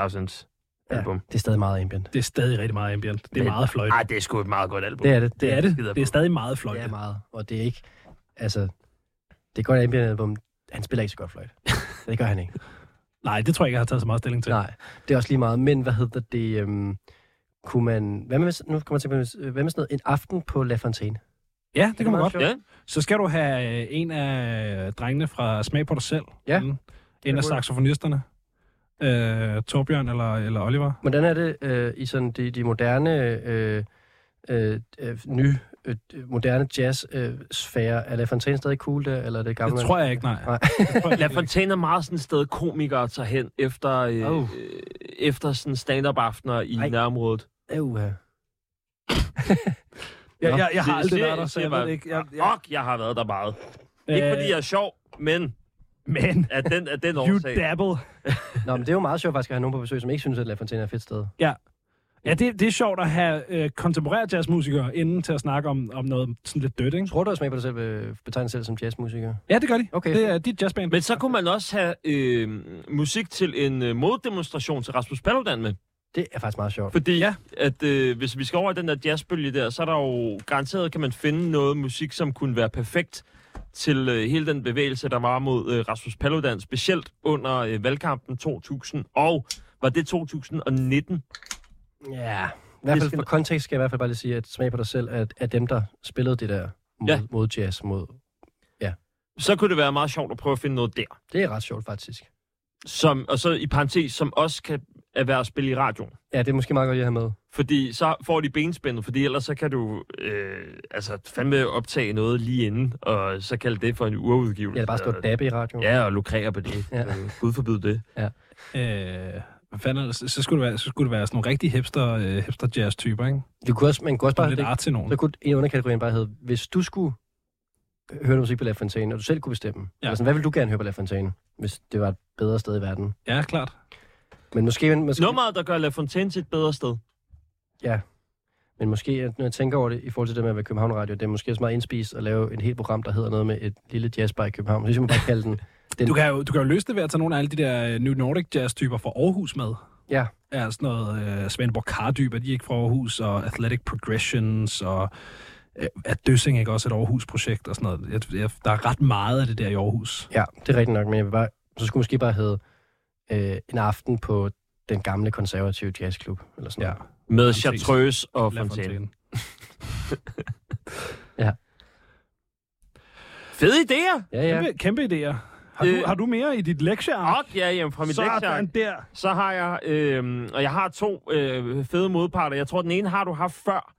C: 3000's
B: Ja.
C: album.
B: Det er stadig meget ambient.
D: Det er stadig rigtig meget ambient. Det er
C: Men-
D: meget fløjt.
C: Ej, det er sgu et meget godt album.
B: Det er det.
D: Det er det.
C: skider
D: Det er
C: på.
D: stadig meget fløjt.
B: Det er meget. Og det er ikke, altså, det er godt ambient album. Han spiller ikke så godt [LAUGHS] fløjt. Det gør han ikke.
D: Nej, det tror jeg ikke, jeg har taget så meget stilling til.
B: Nej, det er også lige meget. Men hvad hedder det? Øhm, kunne man, hvad med, nu kommer jeg til at tænke på, hvad med sådan noget, en aften på La Fontaine?
D: Ja, det kan man
B: meget
D: godt.
B: sjovt.
C: Ja.
D: Så skal du have øh, en af drengene fra Smag på dig selv.
B: Ja.
D: Mm. En
B: kunne
D: af
B: jeg.
D: saxofonisterne. Øh, Torbjørn eller, eller Oliver.
B: Hvordan er det øh, i sådan de, de moderne, øh, øh, øh, nye, øh, moderne jazz-sfære? er La Fontaine stadig cool der, eller er det gamle?
D: Det tror jeg ikke, [LAUGHS] nej.
B: Nej.
D: Det tror jeg
C: La
D: ikke.
C: Fontaine er meget sådan et sted, komikere tager hen efter, øh,
B: Au.
C: oh. efter sådan stand-up-aftener i
B: Ej.
C: nærområdet.
B: jeg. Øh, ja.
D: Jeg,
B: Nå.
D: jeg, jeg har aldrig
C: siger-
D: været der, så
C: siger
D: jeg
C: bare,
D: ved det Ah, ikke. Jeg, jeg, Øh.
C: Og Ah, jeg har været der meget.
D: ah,
C: Ikke fordi jeg er sjov, men
D: Men,
C: af den, af den
D: you
C: årsag.
D: dabble.
B: Nå, men det er jo meget sjovt faktisk at have nogen på besøg, som ikke synes, at La Fontaine er et fedt sted.
D: Ja, det, det er sjovt at have øh, kontemporære jazzmusikere inden til at snakke om, om noget sådan lidt dødt, ikke?
B: Tror du også med på dig selv, øh, betegner dig selv som jazzmusiker?
D: Ja, det gør de.
B: Okay.
D: Det er dit jazzband.
C: Men så kunne man også have øh, musik til en øh, moddemonstration til Rasmus Paludan med.
B: Det er faktisk meget sjovt.
C: Fordi
D: Ja.
C: ja. at, øh, hvis vi skal over i den der jazzbølge der, så er der jo garanteret, kan man finde noget musik, som kunne være perfekt til øh, hele den bevægelse, der var mod øh, Rasmus Paludan, specielt under øh, valgkampen 2000, og var det 2019?
B: Ja. I hvert fald
C: skal-
B: for kontekst skal jeg i hvert fald bare lige sige, at smag på dig selv er, er dem, der spillede det der mod,
C: Ja.
B: mod jazz. Mod.
C: Så kunne det være meget sjovt at prøve at finde noget der.
B: Det er ret sjovt faktisk.
C: Som, og så i parentes, som også kan at være at spille i radioen.
B: Ja, det er måske meget godt, jeg har med.
C: Fordi så får de benspændet, fordi ellers så kan du øh, altså fandme optage noget lige inden, og så kalde det for en urudgivelse.
B: Jeg har bare stået
C: og,
B: dabbe i radioen.
C: Øh, Ja, og lukrere på det.
B: Ja.
C: Ja. Øh, Gud forbyde det.
D: Øh, hvad fanden ellers? så, skulle det være, så skulle det være sådan nogle rigtig hipster, øh, hipster jazz typer, ikke?
B: Vi kunne også, man kunne også
D: Bare
B: bare...
D: lidt art til nogen.
B: Så kunne en af underkategorien bare hedde, hvis du skulle høre noget musik på La Fontaine, og du selv kunne bestemme.
D: Ja.
B: Ja. Altså, hvad ville du gerne høre på La Fontaine, hvis det var et bedre sted i verden?
D: Ja, klart.
B: Men måske... Men, måske
C: Nummeret, der gør La Fontaine til et bedre sted.
B: Men måske, at når jeg tænker over det, i forhold til det med at være København Radio, det er måske også meget indspist at lave et helt program, der hedder noget med et lille jazzbar i København. Så synes jeg, man bare kalde den. den
D: Du kan, jo, du kan jo løse det ved at tage nogle af alle de der øh, New Nordic jazz-typer fra Aarhus med.
B: Ja.
D: Ja, sådan noget øh, Svendborg Kardyb, er de ikke fra Aarhus, og Athletic Progressions, og øh, er Døsing ikke også et Aarhus-projekt og sådan noget. Jeg, jeg, der er ret meget af det der i Aarhus.
B: Ja, det er rigtigt nok, men jeg vil bare, så skulle det måske bare hedde øh, en aften på den gamle konservative jazzklub, eller sådan
D: Ja.
B: noget.
C: Med
D: Præcis.
C: Chartreuse og
D: La
C: Fontaine.
D: Fontaine.
C: Fede idéer!
B: Ja, ja.
D: Kæmpe, kæmpe idéer. Har,
C: Øh,
D: du, har du mere i dit lektieark?
C: Op, ja, jamen, fra Ah, mit
D: Sådan
C: lektier.
D: der.
C: Så har jeg, øh, og jeg har to øh, fede modparter. Jeg tror, den ene har du haft før.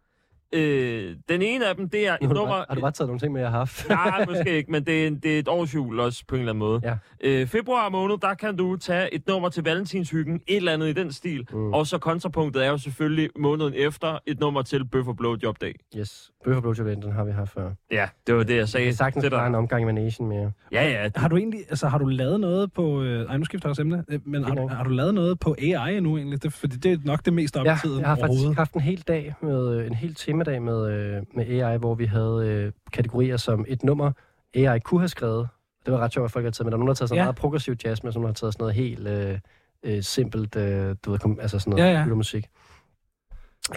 C: Øh, den ene af dem, det er
B: Nu har, du
C: et
B: bare,
C: nummer...
B: har du bare taget nogle ting med, jeg har haft?
C: Nej, måske ikke, men det er, en- det er et årsjul også på en eller anden måde.
B: Ja.
C: Øh, februar måned, der kan du tage et nummer til valentinshyggen, et eller andet i den stil.
B: Mm.
C: Mm. Og så kontrapunktet er jo selvfølgelig måneden efter et nummer til Bøf og Blowjob Day.
B: Yes. Bøf og blowjob, den har vi haft før.
C: Ja, det var det, jeg
B: Det
C: sagde
B: er sagtens
C: til
B: bare
C: dig.
B: en omgang med Nation mere.
C: Ja, ja.
D: Har du egentlig, altså har du lavet noget på, øh, ej nu skifter jeg også emne, øh, men har,
B: Helt
D: du-
B: nok.
D: har du lavet noget på AI endnu egentlig? Det, fordi det er nok det mest op
B: Ja,
D: tiden
B: jeg har faktisk
D: overhovedet.
B: haft en hel dag, med, øh, en hel temadag med, øh, med AI, hvor vi havde øh, kategorier som et nummer, AI kunne have skrevet. Det var ret sjovt, at folk har taget med. Der er nogen, der har taget sådan
D: Ja.
B: ja. meget progressiv jazz, men så nogen har taget sådan noget helt øh, øh, simpelt, øh, du ved, kom, altså sådan
D: Ja, ja.
B: noget ja, ja. musik.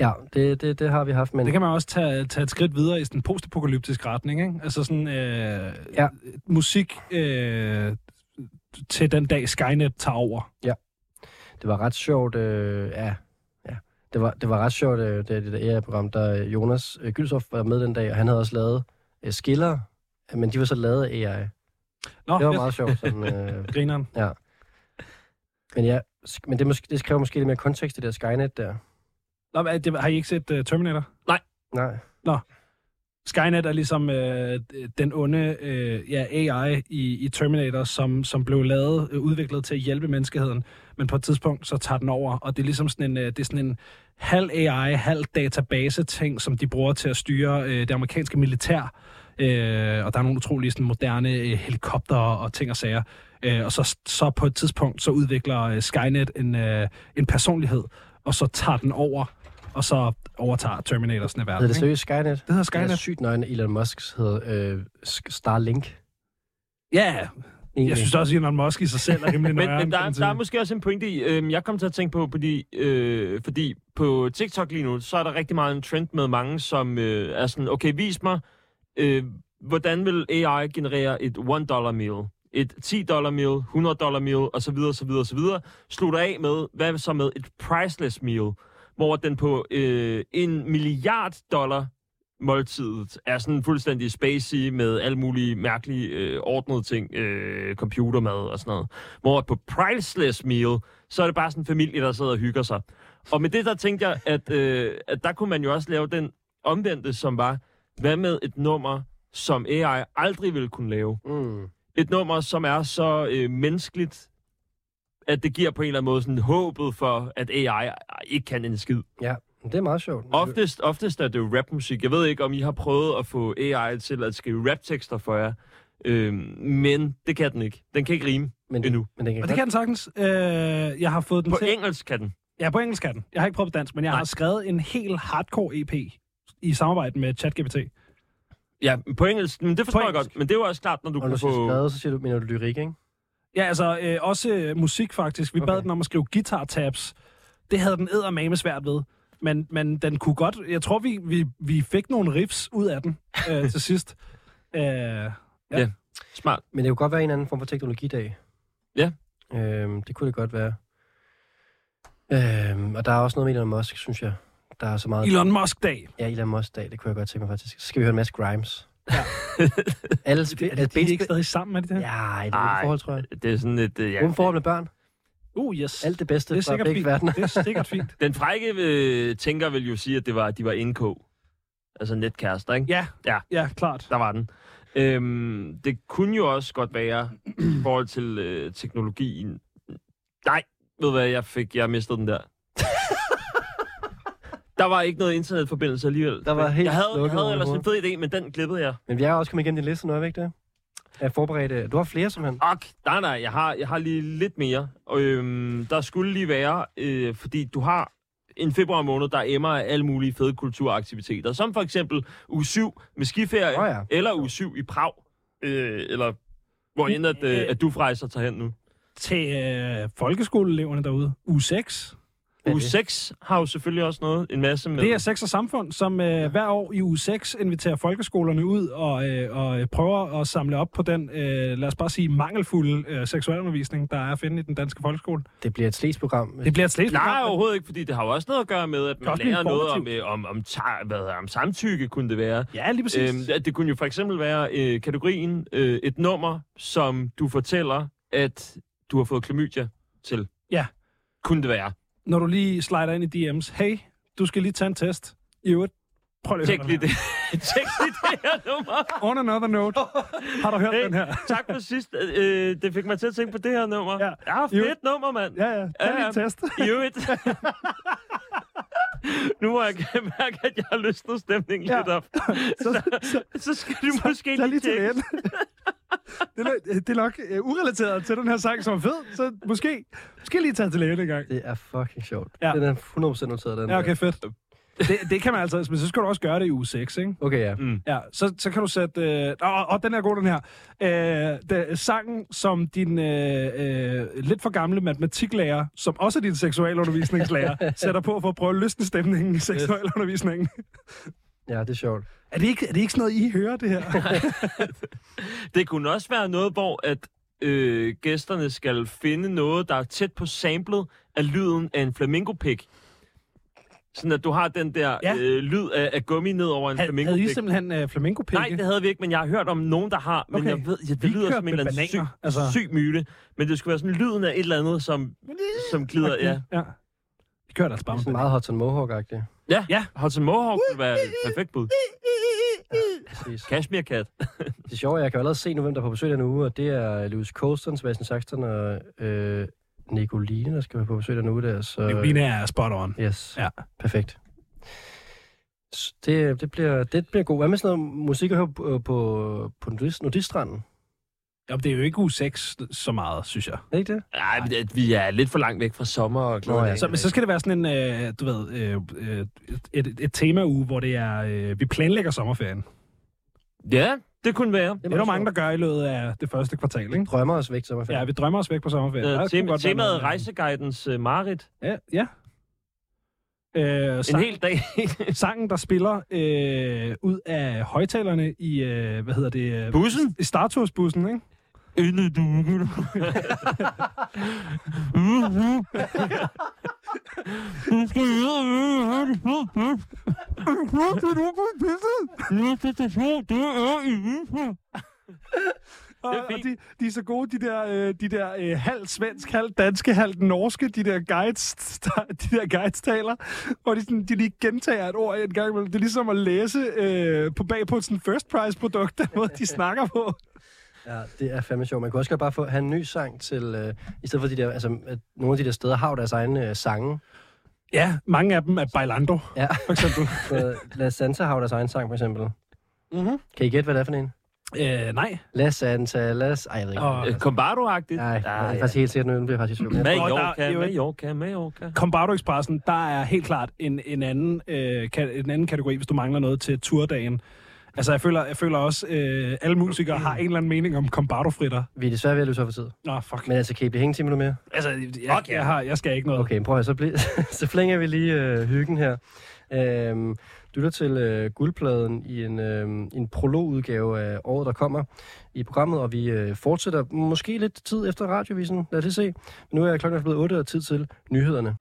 B: Ja, det, det, det har vi haft, men
D: Det kan man også tage, tage et skridt videre i sådan en postapokalyptisk retning, ikke? Altså sådan øh, ja.
B: Ja.
D: musik øh, til den dag Skynet tager over.
B: det var ret sjovt, øh, ja, ja. Det var, det var ret sjovt, øh, det, det der AI-program, der øh, Jonas øh, Gyldshoff var med den dag, og han havde også lavet øh, skiller, men de var så lavet af AI.
D: Nå,
B: Det var
D: fedt.
B: meget sjovt, sådan,
D: [LAUGHS]
B: øh,
D: Grineren.
B: Men ja, sk- men det, måske, det kræver måske lidt mere kontekst, det der Skynet der.
D: Nå, men, er det, har I ikke set uh, Terminator?
B: Nej.
D: Skynet er ligesom øh, den onde øh, ja, AI i, i Terminator, som, som blev lavet, øh, udviklet til at hjælpe menneskeheden. Men på et tidspunkt, så tager den over, og det er ligesom sådan en, øh, det er sådan en halv AI, halv database-ting, som de bruger til at styre øh, det amerikanske militær. Øh, og der er nogle utrolige sådan, moderne øh, helikopter og ting og sager. Øh, og så, så på et tidspunkt, så udvikler øh, Skynet en, øh, en personlighed, og så tager den over, og så overtager Terminator sådan en verden.
B: Hedder det
D: ikke?
B: seriøst Skynet?
D: det hedder
B: Det er
D: Skynet.
B: sygt nøgen Elon Musks hedder øh, Sk- Starlink.
D: Ja,
B: Egentlig.
D: Jeg synes også, at Elon Musk i sig selv er rimelig
C: [LAUGHS] Men,
D: nøjeren,
C: men der, er-
D: sådan
C: der er
D: set.
C: måske også en pointe i, øhm, jeg kom til at tænke på, fordi, øh, fordi på TikTok lige nu, så er der rigtig meget en trend med mange, som øh, er sådan, okay, vis mig, øh, hvordan vil AI generere et 1 dollar meal, et 10 dollar meal, 100 dollar meal, og så videre, så videre, så videre. Slutter af med, hvad så med et priceless meal, hvor den på øh, en milliard dollar måltidet er sådan fuldstændig spacey med alle mulige mærkelige øh, ordnede ting, øh, computermad og sådan noget. Hvor på priceless meal, så er det bare sådan en familie, der sidder og hygger sig. Og med det der tænkte jeg, at, øh, at der kunne man jo også lave den omvendte, som var, hvad med et nummer, som AI aldrig ville kunne lave?
B: Mm.
C: Et nummer, som er så øh, menneskeligt, at det giver på en eller anden måde sådan håbet for, at AI ikke kan en skid.
B: Ja, men det er meget sjovt.
C: Oftest, oftest er det jo rapmusik. Jeg ved ikke, om I har prøvet at få AI til at skrive raptekster for jer. Øhm, men det kan den ikke. Den kan ikke rime
B: men,
C: endnu.
B: Men den kan
D: Og det
B: godt...
D: kan den sagtens. Øh, jeg har fået den
C: På
D: til...
C: engelsk kan den.
D: Ja, på engelsk kan den. Jeg har ikke prøvet på dansk, men jeg
C: Nej.
D: har skrevet en helt hardcore EP i samarbejde med ChatGPT.
C: Ja, på engelsk. Men det forstår jeg
D: engelsk.
C: godt. Men det er jo også klart, når du
B: Og når
C: kan
B: du siger
C: få...
B: skrevet, så siger du, mener du lyrik, ikke?
D: Ja, altså øh, også øh, musik faktisk. Vi okay. bad
B: Okay.
D: den om at skrive guitar tabs. Det havde den eddermame svært ved. Men, men den kunne godt... Jeg tror, vi, vi, vi fik nogle riffs ud af den øh, til sidst. Øh, ja.
C: Smart.
B: Men det kunne godt være en anden form for teknologidag.
C: Ja.
B: Øhm, det kunne det godt være. Øhm, og der er også noget med Elon Musk, synes jeg. Der er så meget...
D: Elon Musk-dag.
B: Ja, Elon Musk dag, det kunne jeg godt tænke mig faktisk. Så skal vi høre en masse Grimes. Ja. Alle sp-
D: Er det, de er ikke
B: benspænd-
D: stadig sammen, er de det?
B: Ja, i det er et
C: Ej.
B: forhold, tror jeg.
C: Det er sådan et... øh, Ja,
B: Uden forhold med børn.
D: Uh, yes.
B: Alt det bedste
D: det er
B: fra
D: sikkert
B: begge
D: fint.
B: verdener.
D: Det er sikkert fint.
C: Den frække øh, tænker vil jo sige, at det var, at de var NK. Altså netkærester, ikke?
D: Ja,
C: Ja.
D: ja, klart.
C: Der var den. Øhm, det kunne jo også godt være i forhold til øh, teknologien. Nej, ved du hvad, jeg fik, jeg
B: [LAUGHS]
C: mistede den der. der var ikke noget internetforbindelse alligevel.
B: Der var helt
C: jeg havde, jeg
B: lukket
C: havde
B: over
C: ellers en
B: hovedet.
C: fed idé, men den glippede jeg.
B: Men vi er også kommet igennem din liste nu, er vi ikke det? Er forberedt. øh, Du har flere, som han.
C: Ok, nej, nej, jeg har, jeg har lige lidt mere. Øhm, der skulle lige være, øh, fordi du har en februar måned, der emmer af alle mulige fede kulturaktiviteter, som for eksempel u 7 med skiferie,
B: Åh ja.
C: eller u 7 i Prag, øh, eller hvor end at, øh, at du frejser tager hen nu.
D: Til øh, folkeskoleeleverne derude. U6.
B: Hvad er
C: u
B: det?
C: 6 har jo selvfølgelig også noget, en masse med...
D: Det er Sex og Samfund, som øh, hver år i uge 6 inviterer folkeskolerne ud og, øh, og øh, prøver at samle op på den, øh, lad os bare sige, mangelfulde øh, seksualundervisning, der er at finde i den danske folkeskole.
B: Det bliver et slægsprogram.
D: Det bliver et slet
C: Nej, overhovedet ikke, fordi det har jo også noget at gøre med, at
D: er
C: man
D: også blive
C: lærer noget om,
D: informativt.
C: øh, om, om, ta- hvad, hedder- om samtykke, kunne det være.
D: Ja, lige præcis.
C: Øhm,
D: Øhm,
C: det- det kunne jo for eksempel være øh, kategorien øh, et nummer, som du fortæller, at du har fået klamydia til.
D: Ja.
C: Kunne det være.
D: Når du lige slider ind i DM's, hey, du skal lige tage en test. I øvrigt, prøv lige at
C: Tjek
D: høre
C: lige
D: den
C: det. [LAUGHS] Tjek lige det her nummer.
D: her. On another
C: [LAUGHS]
D: note. Har du hørt [LAUGHS]
C: Hey,
D: den her?
C: tak for sidst. Øh, det fik mig til at tænke på det her nummer.
D: Ja.
C: ja fedt nummer, mand.
D: Ja, ja. Tag
C: Ja,
D: lige en
C: ja. [LAUGHS]
D: test.
C: I øvrigt. nu må jeg [LAUGHS] mærke, at jeg har løsnet stemningen
D: Ja.
C: lidt op. [LAUGHS]
D: Så-
C: Så, så skal du måske
D: Tag
C: lige
D: lige til
C: tjekke.
D: lægen. Det er, nok- det er nok øh, urelateret til den her sang, som er fed, så måske, måske lige tage til lægen en gang.
B: Det er fucking sjovt.
D: Ja.
B: Ja. Den er 100% noteret, den
D: Ja,
B: der.
D: okay, fedt. Det, det kan man altså, men så skal du også gøre det i uge 6, ikke?
B: Okay, ja.
D: Ja, så, så kan du sætte... Øh, og, og den er god, den her. Øh, det, sangen, som din øh, øh, lidt for gamle matematiklærer, som også er din [LAUGHS] seksualundervisningslærer, sætter på for at prøve at løsne stemningen i seksualundervisningen.
B: Ja, det er sjovt.
D: Er det, ikke, er det ikke sådan noget, I hører, [LAUGHS] det her?
C: Det kunne også være noget, hvor at øh, gæsterne skal finde noget, der er tæt på samlet af lyden af en flamingopik. Sådan at du har den der
D: Ja.
C: ja. øh, lyd af, af gummi ned over en
D: Havde, havde I
C: flamingopik.
D: simpelthen øh, flamingopikke?
C: Nej, det havde vi ikke, men jeg har hørt om nogen, der har. Men
D: Okay.
C: okay. jeg ved, ja, det
D: Vi
C: vi lyder
D: kørte
C: som en
D: med
C: eller anden syg,
D: bananer, altså.
C: altså. syg myde. Men det skulle være sådan lyden af et eller andet, som, som glider. Ja.
D: ja. Vi kørte altså
B: Det er
D: bare med
B: sådan meget Hudson Mohawk-agtigt.
C: Ja, ja. Hudson Mohawk kunne være et perfekt bud.
B: Præcis.
C: Cashmere Cat.
B: Det sjove er, jeg kan jo allerede se nu, hvem der er på besøg denne uge, og det er Louis Colston, Sebastian Saxton og øh, Nicoline, der skal være på besøg denne uge der. Så...
D: bananer. Nina er spot on.
B: Yes,
D: Ja.
B: ja. perfekt. S- Det, det, bliver, det bliver godt. Hvad med sådan noget musik at høre på, på, på nudist, nudiststranden?
D: Jamen, det er jo ikke u 6 så meget, synes jeg.
B: Er det ikke det?
C: Ej, men det- vi er lidt for langt væk fra sommer og
B: Nå,
C: glæder.
B: ja. altså-
D: Så,
C: ja.
D: men så skal det være sådan en, øh, du ved, øh, øh, et, et temauge, hvor det er, øh, vi planlægger sommerferien.
C: ja, det kunne være.
D: Det er der mange, der gør i løbet af det første kvartal, ikke?
B: drømmer os væk til sommerferien.
D: Ja,
B: Ja,
D: vi drømmer os væk på sommerferien. Der
C: Ja,
D: kunne
C: Øh, tema,
D: godt være
C: temaet
D: noget-
C: Rejseguidens uh, Marit.
D: Ja, ja. Øh,
C: En
D: sang,
C: hel [LAUGHS] dag.
D: Sangen, der spiller øh, ud af højtalerne i, øh, hvad hedder det? øh,
C: Bussen?
D: I Startours-bussen, ikke?
C: Inde du.
D: Og,
C: Det er
D: og
C: fint.
D: de, de er så gode, de der, øh, de der øh, halv svensk, halv danske, halv norske, de der guides, [LAUGHS] der, de der guides taler, hvor de, sådan, de lige gentager et ord en gang imellem. Det er ligesom at læse øh, på bag på et sådan first price [LAUGHS] produkt, den måde de snakker på.
B: ja, det er fandme sjovt. Man kunne også godt bare få, have en ny sang til, øh, i stedet for de der, altså, at nogle af de der steder har jo deres egne øh, sange.
D: Ja, mange af dem er Bailando,
B: Ja.
D: for eksempel.
B: Så La Santa har jo deres egen sang, for eksempel. Mm-hmm. Kan I gætte, hvad det er for en?
D: øh, nej.
B: La Santa, La... S- Ej, jeg ved ikke.
D: Og-
B: Oh.
C: Combardo-agtigt.
B: Nej, jeg er faktisk helt sikkert, at den bliver faktisk sjovt.
D: Og der er
C: Mallorca,
D: jo ikke-
C: Mallorca, Mallorca.
D: Combardo Expressen, der er helt klart en, en, anden, øh, ka- en anden kategori, hvis du mangler noget til turdagen. Altså, jeg føler, jeg føler også, øh, alle musikere har en eller anden mening om Combardo-fritter.
B: Vi er desværre ved at løse op for tid.
D: Nå, fuck.
B: Men altså, kan I blive hængende 10 minutter mere?
D: Altså, jeg, okay. jeg, har, jeg skal ikke noget.
B: Okay, men prøv at høre, så, bl- [LAUGHS] så flænger vi lige øh, hyggen her. Øhm, du lytter til øh, guldpladen i en, øh, en prologudgave af året, der kommer i programmet, og vi øh, fortsætter måske lidt tid efter radiovisen. Lad os lige se. Nu er klokken altså blevet 8 og tid til nyhederne.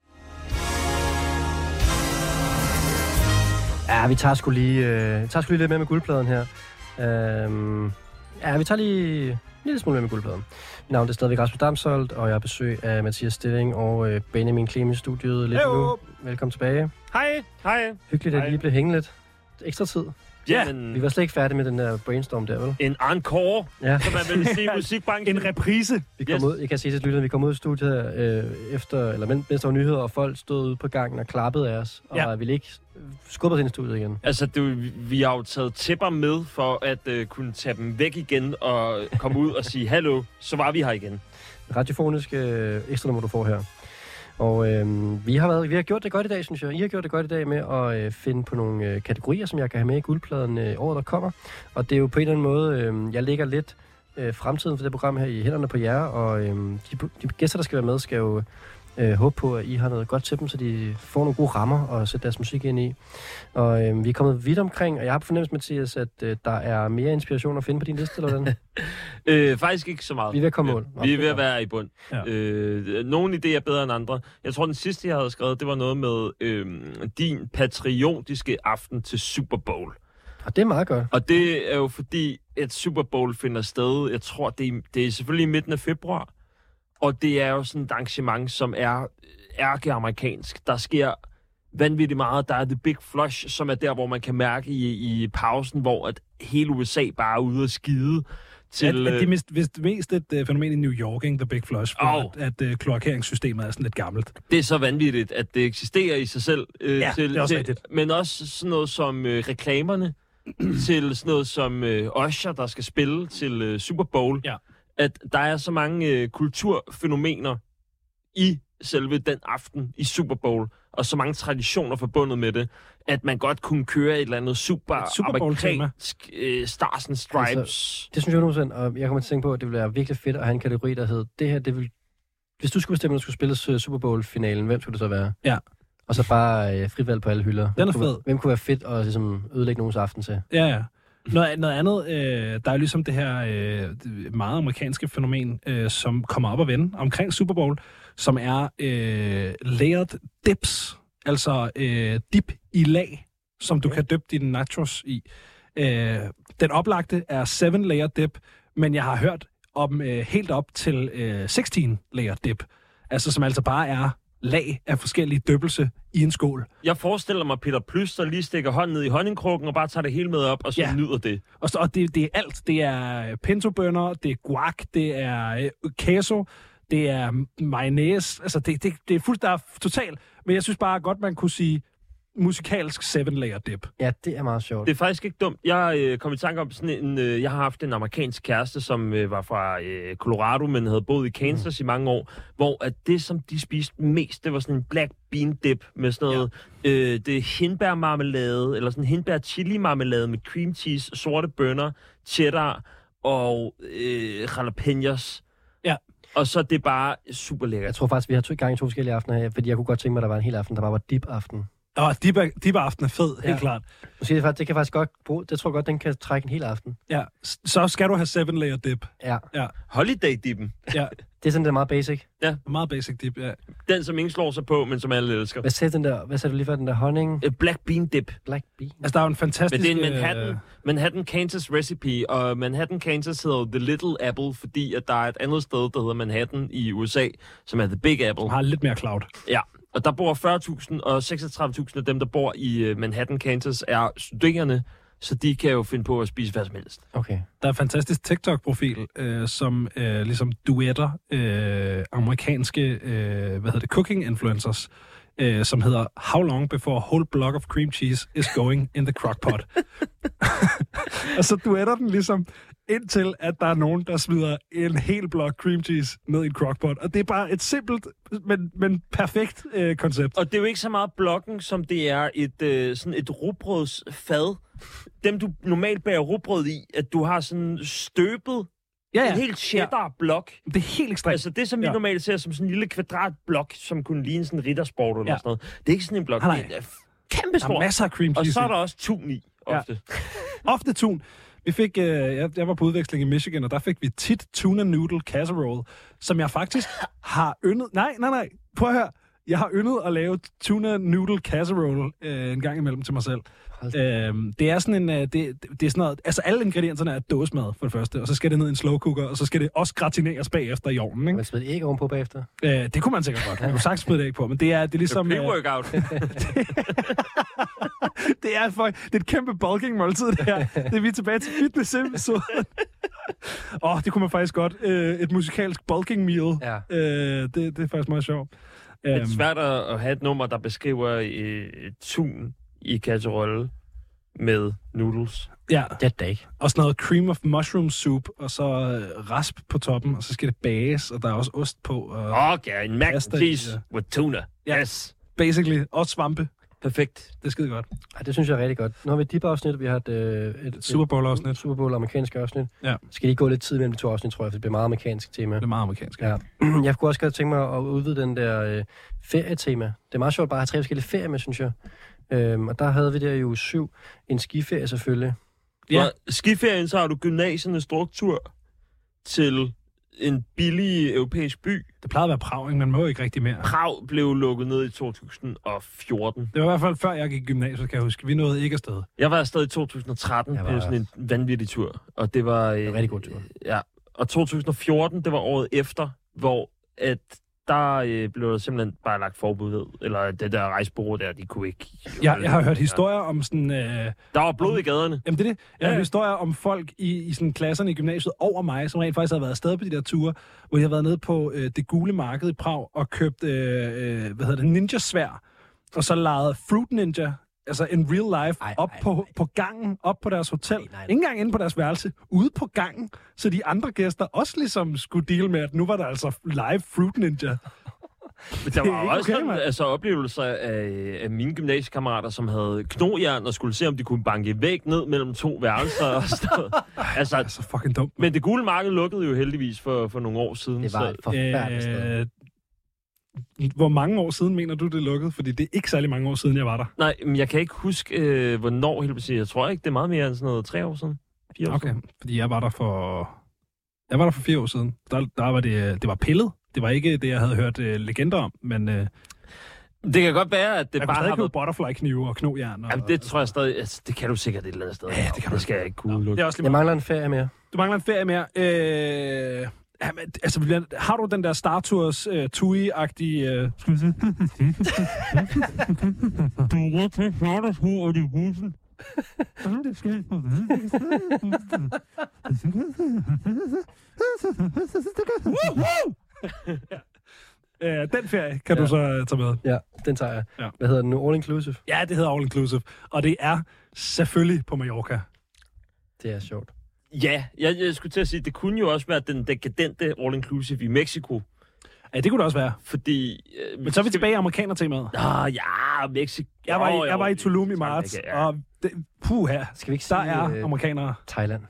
B: Ja, vi tager sgu lige, øh, tager sgu lige lidt mere med guldpladen her. Øhm, ja, vi tager lige lille smule med med guldpladen. Mit navn er stadigvæk Rasmus Damsholdt, og jeg har besøg af Mathias Stilling og øh, Benjamin Clemens i studiet lidt
C: Heyo.
B: nu. Velkommen tilbage.
C: Hej. Hej.
B: Hyggeligt, at I
C: Hej.
B: lige blev hængende lidt. Ekstra tid.
C: Ja,
B: Vi var slet ikke færdige med den der brainstorm der, vel?
C: en encore,
B: Ja,
C: som man [LAUGHS] vil sige i musikbranchen.
D: En reprise.
B: vi kom
C: Yes.
B: ud, jeg kan sige til lytterne, vi kom ud i studiet her, øh, efter, eller men- mens der var nyheder, og folk stod ude på gangen og klappede af os, og
D: Ja.
B: ja. ville ikke øh, skubbe os ind i studiet igen.
C: Altså, det, vi- vi har jo taget tæpper med for at øh, kunne tage dem væk igen og komme ud og sige, hallo, så var vi her igen.
B: Radiofonisk øh, ekstra nummer, du får her. Og øh, vi, har været, vi har gjort det godt i dag, synes jeg. I har gjort det godt i dag med at øh, finde på nogle øh, kategorier, som jeg kan have med i guldpladen øh, året, der kommer. Og det er jo på en eller anden måde, øh, jeg lægger lidt øh, fremtiden for det program her i hænderne på jer, og øh, de, de gæster, der skal være med, skal jo øh, håbe på, at I har noget godt til dem, så de får nogle gode rammer at sætte deres musik ind i. Og øh, vi er kommet vidt omkring, og jeg har på fornemmelse, Mathias, at øh, der er mere inspiration at finde på din liste, eller hvordan?
C: Øh, faktisk ikke så meget.
B: Vi er ved at komme mål.
C: Øh, Vi er ved at være i bund.
D: Ja.
C: Ja. Øh, nogle idéer er bedre end andre. Jeg tror, den sidste, jeg havde skrevet, det var noget med øh, din patriotiske aften til Super Bowl.
B: Og det er meget godt.
C: Og det er jo fordi, at Super Bowl finder sted, jeg tror, det er, det er selvfølgelig i midten af februar. Og det er jo sådan et arrangement, som er øh, ærkeamerikansk. Der sker vanvittigt meget. Der er The Big Flush, som er der, hvor man kan mærke i, i pausen, hvor at hele USA bare er ude og skide til...
D: At, at det er
C: øh,
D: mest, vist mest et uh, fænomen i New York, ikke? The Big Flush, hvor
C: Au.
D: at, at uh, kloakeringssystemet er sådan lidt gammelt.
C: det er så vanvittigt, at det eksisterer i sig selv. Øh,
D: Ja,
C: til,
D: det er også
C: til,
D: rigtigt.
C: Men også sådan noget som øh, reklamerne, [CLEARS THROAT] til sådan noget som øh, Usher, der skal spille til øh, Super Bowl.
D: Ja.
C: At der er så mange øh, kulturfænomener i selve den aften i Super Bowl, og så mange traditioner forbundet med det, at man godt kunne køre et eller andet super,
D: Et Super Bowl-tema.
C: amerikansk øh, Stars and Stripes. Altså,
B: Det synes jeg nu og jeg kommer til at tænke på, at det ville være virkelig fedt at have en kategori, der hed, det her, det vil... Hvis du skulle bestemme, at du skulle spille øh, Super Bowl-finalen, hvem skulle det så være?
D: Ja.
B: Og så bare øh, frivalg på alle hylder. Hvem kunne-
D: fed.
B: Hvem kunne være fedt at ligesom, ødelægge nogens aften til?
D: Ja, ja. Noget, noget andet, øh, der er ligesom det her øh, det meget amerikanske fænomen, øh, som kommer op og vende omkring Super Bowl, som er øh, layered dips, altså øh, dip i lag, som du kan dyppe dine nachos i. Øh, den oplagte er 7 layer dip, men jeg har hørt om øh, helt op til øh, 16 layer dip, altså som altså bare er lag af forskellige dyppelse i en skål.
C: jeg forestiller mig Peter Plys, der lige stikker hånden ned i honningkrukken og bare tager det hele med op, og så
D: Ja.
C: ja. nyder det.
D: Og, så, og det, det er alt. Det er pintobønner, det er guac, det er øh, queso, det er mayonnaise. Altså, det, det, det er fuldstændig totalt. Men jeg synes bare godt, man kunne sige musikalsk seven-layer dip.
B: Ja, det er meget sjovt.
C: Det er faktisk ikke dumt. Jeg øh, kom i tanke om sådan en... Øh, jeg har haft en amerikansk kæreste, som øh, var fra øh, Colorado, men havde boet i Kansas mm. i mange år, hvor at det, som de spiste mest, det var sådan en black bean dip med sådan noget... Ja. Øh, det er hindbærmarmelade, eller sådan hindbær chili marmelade med cream cheese, sorte bønner, cheddar og øh, jalapenos.
D: Ja.
C: Og så er det bare super lækkert.
B: Jeg tror faktisk, vi har to gange to forskellige aftener her, fordi jeg kunne godt tænke mig, at der var en hel aften, der bare var dip-aften.
D: Og dip, er- dip aften er fed, helt
B: Ja.
D: klart.
B: Nu siger jeg faktisk, det kan faktisk godt bruge, det tror jeg godt, den kan trække en hel aften.
D: Ja, s- så skal du have seven-layer dip.
B: Ja,
C: Holiday-dippen.
D: Ja,
B: det er sådan, det er meget basic.
D: meget basic dip. Ja.
C: Den, som ingen slår sig på, men som alle elsker.
B: Hvad sagde, den der, hvad sagde du lige før, den der honning?
C: Øh, Black bean dip.
B: Black bean?
D: Altså, der er jo en fantastisk...
C: Men det er
D: øh,
C: en Manhattan, Manhattan Kansas recipe, og Manhattan Kansas hedder jo The Little Apple, fordi at der er et andet sted, der hedder Manhattan i USA, som er The Big Apple.
D: som øh, har lidt mere cloud.
C: Ja, og der bor 40.000, og 36.000 af dem, der bor i øh, Manhattan, Kansas, er studerende, så de kan jo finde på at spise hvad som helst.
B: Okay.
D: Der er en fantastisk TikTok-profil, øh, som øh, ligesom duetter øh, amerikanske, øh, hvad hedder det, cooking-influencers, øh, som hedder How long before a whole block of cream cheese is going in the crockpot? [LAUGHS] og så duetter den ligesom indtil, at der er nogen, der smider en hel blok cream cheese ned i en crockpot. Og det er bare et simpelt, men, men perfekt øh, koncept.
C: Og det er jo ikke så meget blokken, som det er et, øh, sådan et rugbrødsfad. Dem, du normalt bager rugbrød i, at du har sådan støbet
D: Ja,
C: en helt cheddar-blok.
D: Det er helt ekstremt.
C: Altså det, som vi
D: Ja.
C: ja. normalt ser som sådan en lille kvadratblok, som kunne ligne sådan en riddersport eller
D: Ja.
C: ja. sådan noget. Det er ikke sådan en blok.
D: Nej, nej.
C: Det er kæmpe
D: der er
C: stor.
D: masser af cream
C: Og
D: cheese.
C: så
D: i.
C: er der også tun i
D: Ja.
C: ofte. Ja.
D: Ofte tun. Vi fik, øh, jeg, jeg var på udveksling i Michigan, og der fik vi tit tuna noodle casserole, som jeg faktisk har yndet. Nej, nej, nej. Prøv at høre. Jeg har yndet at lave tuna noodle casserole øh, en gang imellem til mig selv. Øhm, det er sådan en... Øh, det, det, er sådan noget, altså, alle ingredienserne er dåsemad for det første, og så skal det ned i en slow cooker, og så skal det også gratineres bagefter i ovnen. Ikke?
B: Man smider æg ovenpå bagefter.
D: Øh, det kunne man sikkert godt. Man kunne sagtens smide det ikke på, men det er, det er ligesom... øh,
C: Pre-workout.
D: [LAUGHS] det er, for, det er et kæmpe bulking måltid, det her. Det er vi er tilbage til fitness episoden. Åh, oh, det kunne man faktisk godt. Øh, et musikalsk bulking meal.
B: Ja.
D: Øh, det, det er faktisk meget sjovt.
C: det er
D: Øhm,
C: svært at at have et nummer, der beskriver øh, et tun i kasserolle med noodles.
D: ja,
B: Det er det ikke.
D: og sådan noget cream of mushroom soup, og så øh, rasp på toppen, og så skal det bages, og der er også ost på. Og
C: Og okay, en mac
D: Pasta
C: and
D: i,
C: cheese
D: ja.
C: with tuna.
D: Ja.
C: Yes.
D: basically, også svampe.
C: Perfekt.
D: Det er skide godt.
B: Ej, det synes jeg er rigtig godt. Nu har vi et dip-afsnit, vi har et, øh, et, et
D: Super Bowl-afsnit.
B: Super Bowl amerikansk afsnit.
D: Ja.
B: Skal lige gå lidt tid mellem de to afsnit, tror jeg, for det bliver meget amerikansk tema.
D: Det er meget amerikansk.
B: Ja. [CLEARS THROAT] Jeg kunne også godt tænke mig at udvide den der øh, ferietema. Det er meget sjovt bare at have tre forskellige ferier med, synes jeg. Øhm, og der havde vi der i uge syv en skiferie selvfølgelig.
D: Ja.
C: Ja. Og skiferien, så har du gymnasiernes struktur til en billig europæisk by.
D: Det plejede at være Prag, ikke? man må ikke rigtig mere.
C: Prag blev lukket ned i 2014.
D: Det var i hvert fald før jeg gik i gymnasiet, kan jeg huske. Vi nåede ikke afsted.
C: Jeg var afsted i 2013
B: Jeg
C: på
B: var
C: sådan en vanvittig tur. Og det var...
B: En
C: Øh,
B: rigtig god tur.
C: ja. Og 2014, det var året efter, hvor at der øh, blev der simpelthen bare lagt forbud ned. Eller det der rejsebureau der, de kunne ikke...
D: Jeg, jeg har hørt historier om sådan... Øh,
C: Der var blod i gaderne.
D: Jamen det er det. Jeg
C: Ja,
D: har
C: ja.
D: historier om folk i, i sådan klasserne i gymnasiet over mig, som rent faktisk havde været afsted på de der ture, hvor de havde været nede på øh, det gule marked i Prag og købt, øh, øh, hvad hedder det, ninja-svær, og så lejet Fruit Ninja, altså en real life,
B: Ej,
D: ej, op
B: ej,
D: ej, på, ej. på gangen, op på deres hotel,
B: nej.
D: ej, ikke engang inde på deres værelse, ude på gangen, så de andre gæster også ligesom skulle dele med, at nu var der altså live Fruit Ninja.
C: Men der
D: Det er
B: [LAUGHS]
C: var
D: ikke
C: også
D: okay,
C: sådan,
D: mand.
C: altså, oplevelser af, af mine gymnasiekammerater, som havde knojern og skulle se, om de kunne banke væk ned mellem to værelser. og sådan
B: [LAUGHS]
C: noget. altså,
D: Altså fucking dumt.
C: men det gule marked lukkede jo heldigvis for, for nogle år siden.
B: Det var et forfærdeligt sted.
D: Øh, hvor mange år siden mener du, det lukkede? Fordi det er ikke særlig mange år siden, jeg var der.
C: Nej, men jeg kan ikke huske, øh, hvornår helt præcis. Jeg tror ikke, det er meget mere end sådan noget tre år siden. Fire år
D: Okay,
C: siden.
D: fordi jeg var der for... Jeg var der for fire år siden. Der, der var det, det var pillet. Det var ikke det, jeg havde hørt øh, legender om, men øh, det
C: Det kan godt være, at det
D: jeg kunne
C: bare
D: stadig
C: har
D: købe
C: været...
D: butterfly-knive og knogjern. Og,
C: Jamen, det tror jeg stadig... Altså, det kan du sikkert et eller andet sted. Ja, det kan det skal jeg ikke kunne
D: det
C: udelukke.
D: er også lige
B: Jeg
D: meget.
B: mangler en ferie mere.
D: Du mangler en ferie mere. Øh, jamen, altså, vil- har du den der Star Tours øh, TUI-agtige... Øh, skal vi sige? øh, den ferie kan [LAUGHS] ja. du så øh, tage med.
B: Ja, den tager jeg.
D: Ja.
B: Hvad hedder den nu? All Inclusive?
D: Ja, det hedder All Inclusive. Og det er selvfølgelig på Mallorca.
B: Det er sjovt.
C: Ja, jeg, jeg skulle til at sige, det kunne jo også være den dekadente all-inclusive i Mexico.
D: Ja, det kunne det også være.
C: Fordi... Øh,
D: Men så er vi tilbage i amerikanertemaet.
C: Ah, ja, Mexico.
D: Jeg var, i, jeg var i Tulum i marts, Ah.
C: Ja.
D: og det, puh her,
B: Skal vi ikke
D: der
B: sige
D: er
B: øh,
D: amerikanere.
B: Thailand?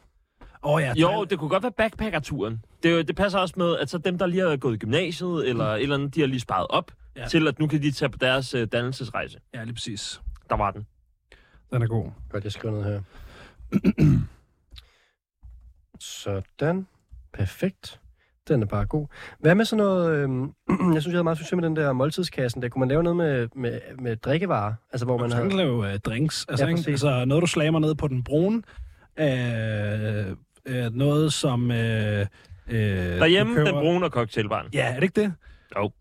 D: Åh oh, ja,
C: Jo, det kunne godt være backpackerturen. Det, er jo- det passer også med, at så dem, der lige har gået i gymnasiet, eller et eller andet, de har lige sparet op,
D: Ja.
C: ja. til at nu kan de tage på deres øh, dannelsesrejse.
D: Ja, lige præcis.
C: Der var den.
D: Den er god.
B: Godt, jeg skriver noget her. Sådan. Perfekt. Den er bare god. Hvad med sådan noget... Øh, [CLEARS THROAT] jeg synes, jeg havde meget succes med den der måltidskassen. Der kunne man lave noget med, med, med drikkevarer. Altså, hvor man
D: Man kan
B: havde...
D: lave øh, drinks. Altså,
B: Ja,
D: ja, ikke?
B: præcis.
D: altså noget, du slammer ned på den brune. Øh, øh, noget som... Øh, øh,
C: Derhjemme,
D: du køber-
C: den brune og cocktailbaren.
D: Ja, er det ikke det?
C: Jo.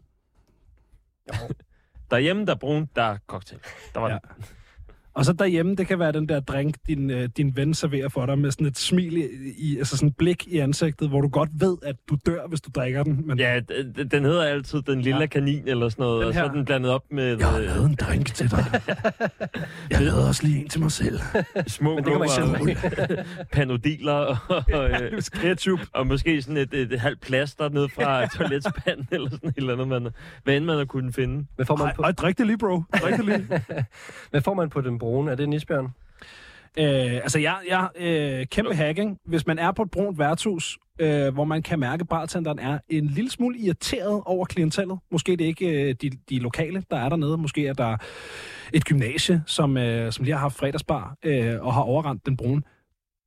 C: Derhjemme, der er brun, der er cocktail. Der var
D: Ja.
C: ja.
D: Og så derhjemme, det kan være den der drink, din, øh, din ven serverer for dig med sådan et smil, i, i, altså sådan et blik i ansigtet, hvor du godt ved, at du dør, hvis du drikker den. Men
C: ja, d- d- den hedder altid den lille ja. kanin eller sådan noget,
D: Den
C: og så
D: her.
C: er den blandet op med
D: jeg har
C: øh,
D: lavet en drink
B: [LAUGHS]
D: til dig. Jeg lavede også lige en til mig selv.
C: øh, små
B: Men det kan man
C: blå-
B: ikke
C: panodiler og, og, øh, ketchup, og måske sådan et, et, halvt plaster ned fra toiletspanden [LAUGHS] eller sådan et eller andet, man, hvad end man har kunnet finde.
B: Hvad får, man på,
D: Ej, drik det lige, bro. Drik det lige.
B: hvad får man på den brune? Er det en isbjørn?
D: Øh, altså, jeg, jeg øh, kæmpe hacking. Hvis man er på et brunt værtshus, øh, hvor man kan mærke, at bartenderen er en lille smule irriteret over klientellet. Måske det er ikke øh, de, de lokale, der er dernede. Måske er der et gymnasie, som, øh, som lige har haft fredagsbar øh, og har overrendt den brune.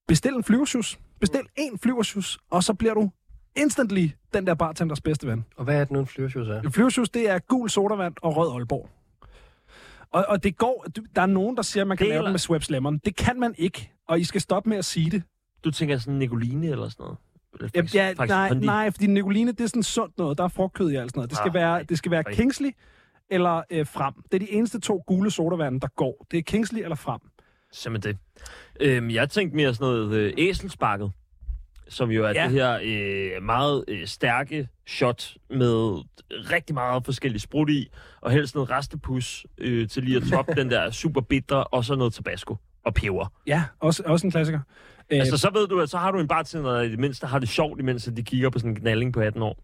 D: Bestil en flyvershus. Bestil en flyvershus, og så bliver du instantly den der bartenders bedste ven.
B: Og hvad er det nu, en flyvershoes er?
D: Flyvesjus, det er gul sodavand og rød Aalborg. Og, og det går... du- Der er nogen, der siger, at man kan
C: Det
D: lave
C: eller-
D: dem med Schweppes Lemon. Det kan man ikke, og I skal stoppe med at sige det.
C: Du tænker sådan Nicoline eller sådan noget? Eller
D: Jamen,
C: faktisk-
D: ja,
C: faktisk
D: nej,
C: Condi.
D: nej, fordi Nicoline, det er sådan sundt noget. Der er frugtkød i alt sådan noget. Det skal,
C: Ah,
D: være, det skal være
C: okay.
D: Kingsley eller øh, Frem. Det er de eneste to gule sodavande, der går. Det er Kingsley eller Frem.
C: Simpelthen det. Øhm, jeg tænkte mere sådan noget øh, æselsbakket, som jo er ja.
D: Ja.
C: det her øh, meget øh, stærke shot med rigtig meget forskellige sprut i, og helst noget restepus øh,
D: [LAUGHS]
C: til lige at toppe den der super bitter, og så noget tabasco og peber.
D: Ja, også, også en klassiker. Øh,
C: Altså, så ved du, at så har du en bartender, der i det mindste har det sjovt, imens at de kigger på sådan en knalling på 18 år.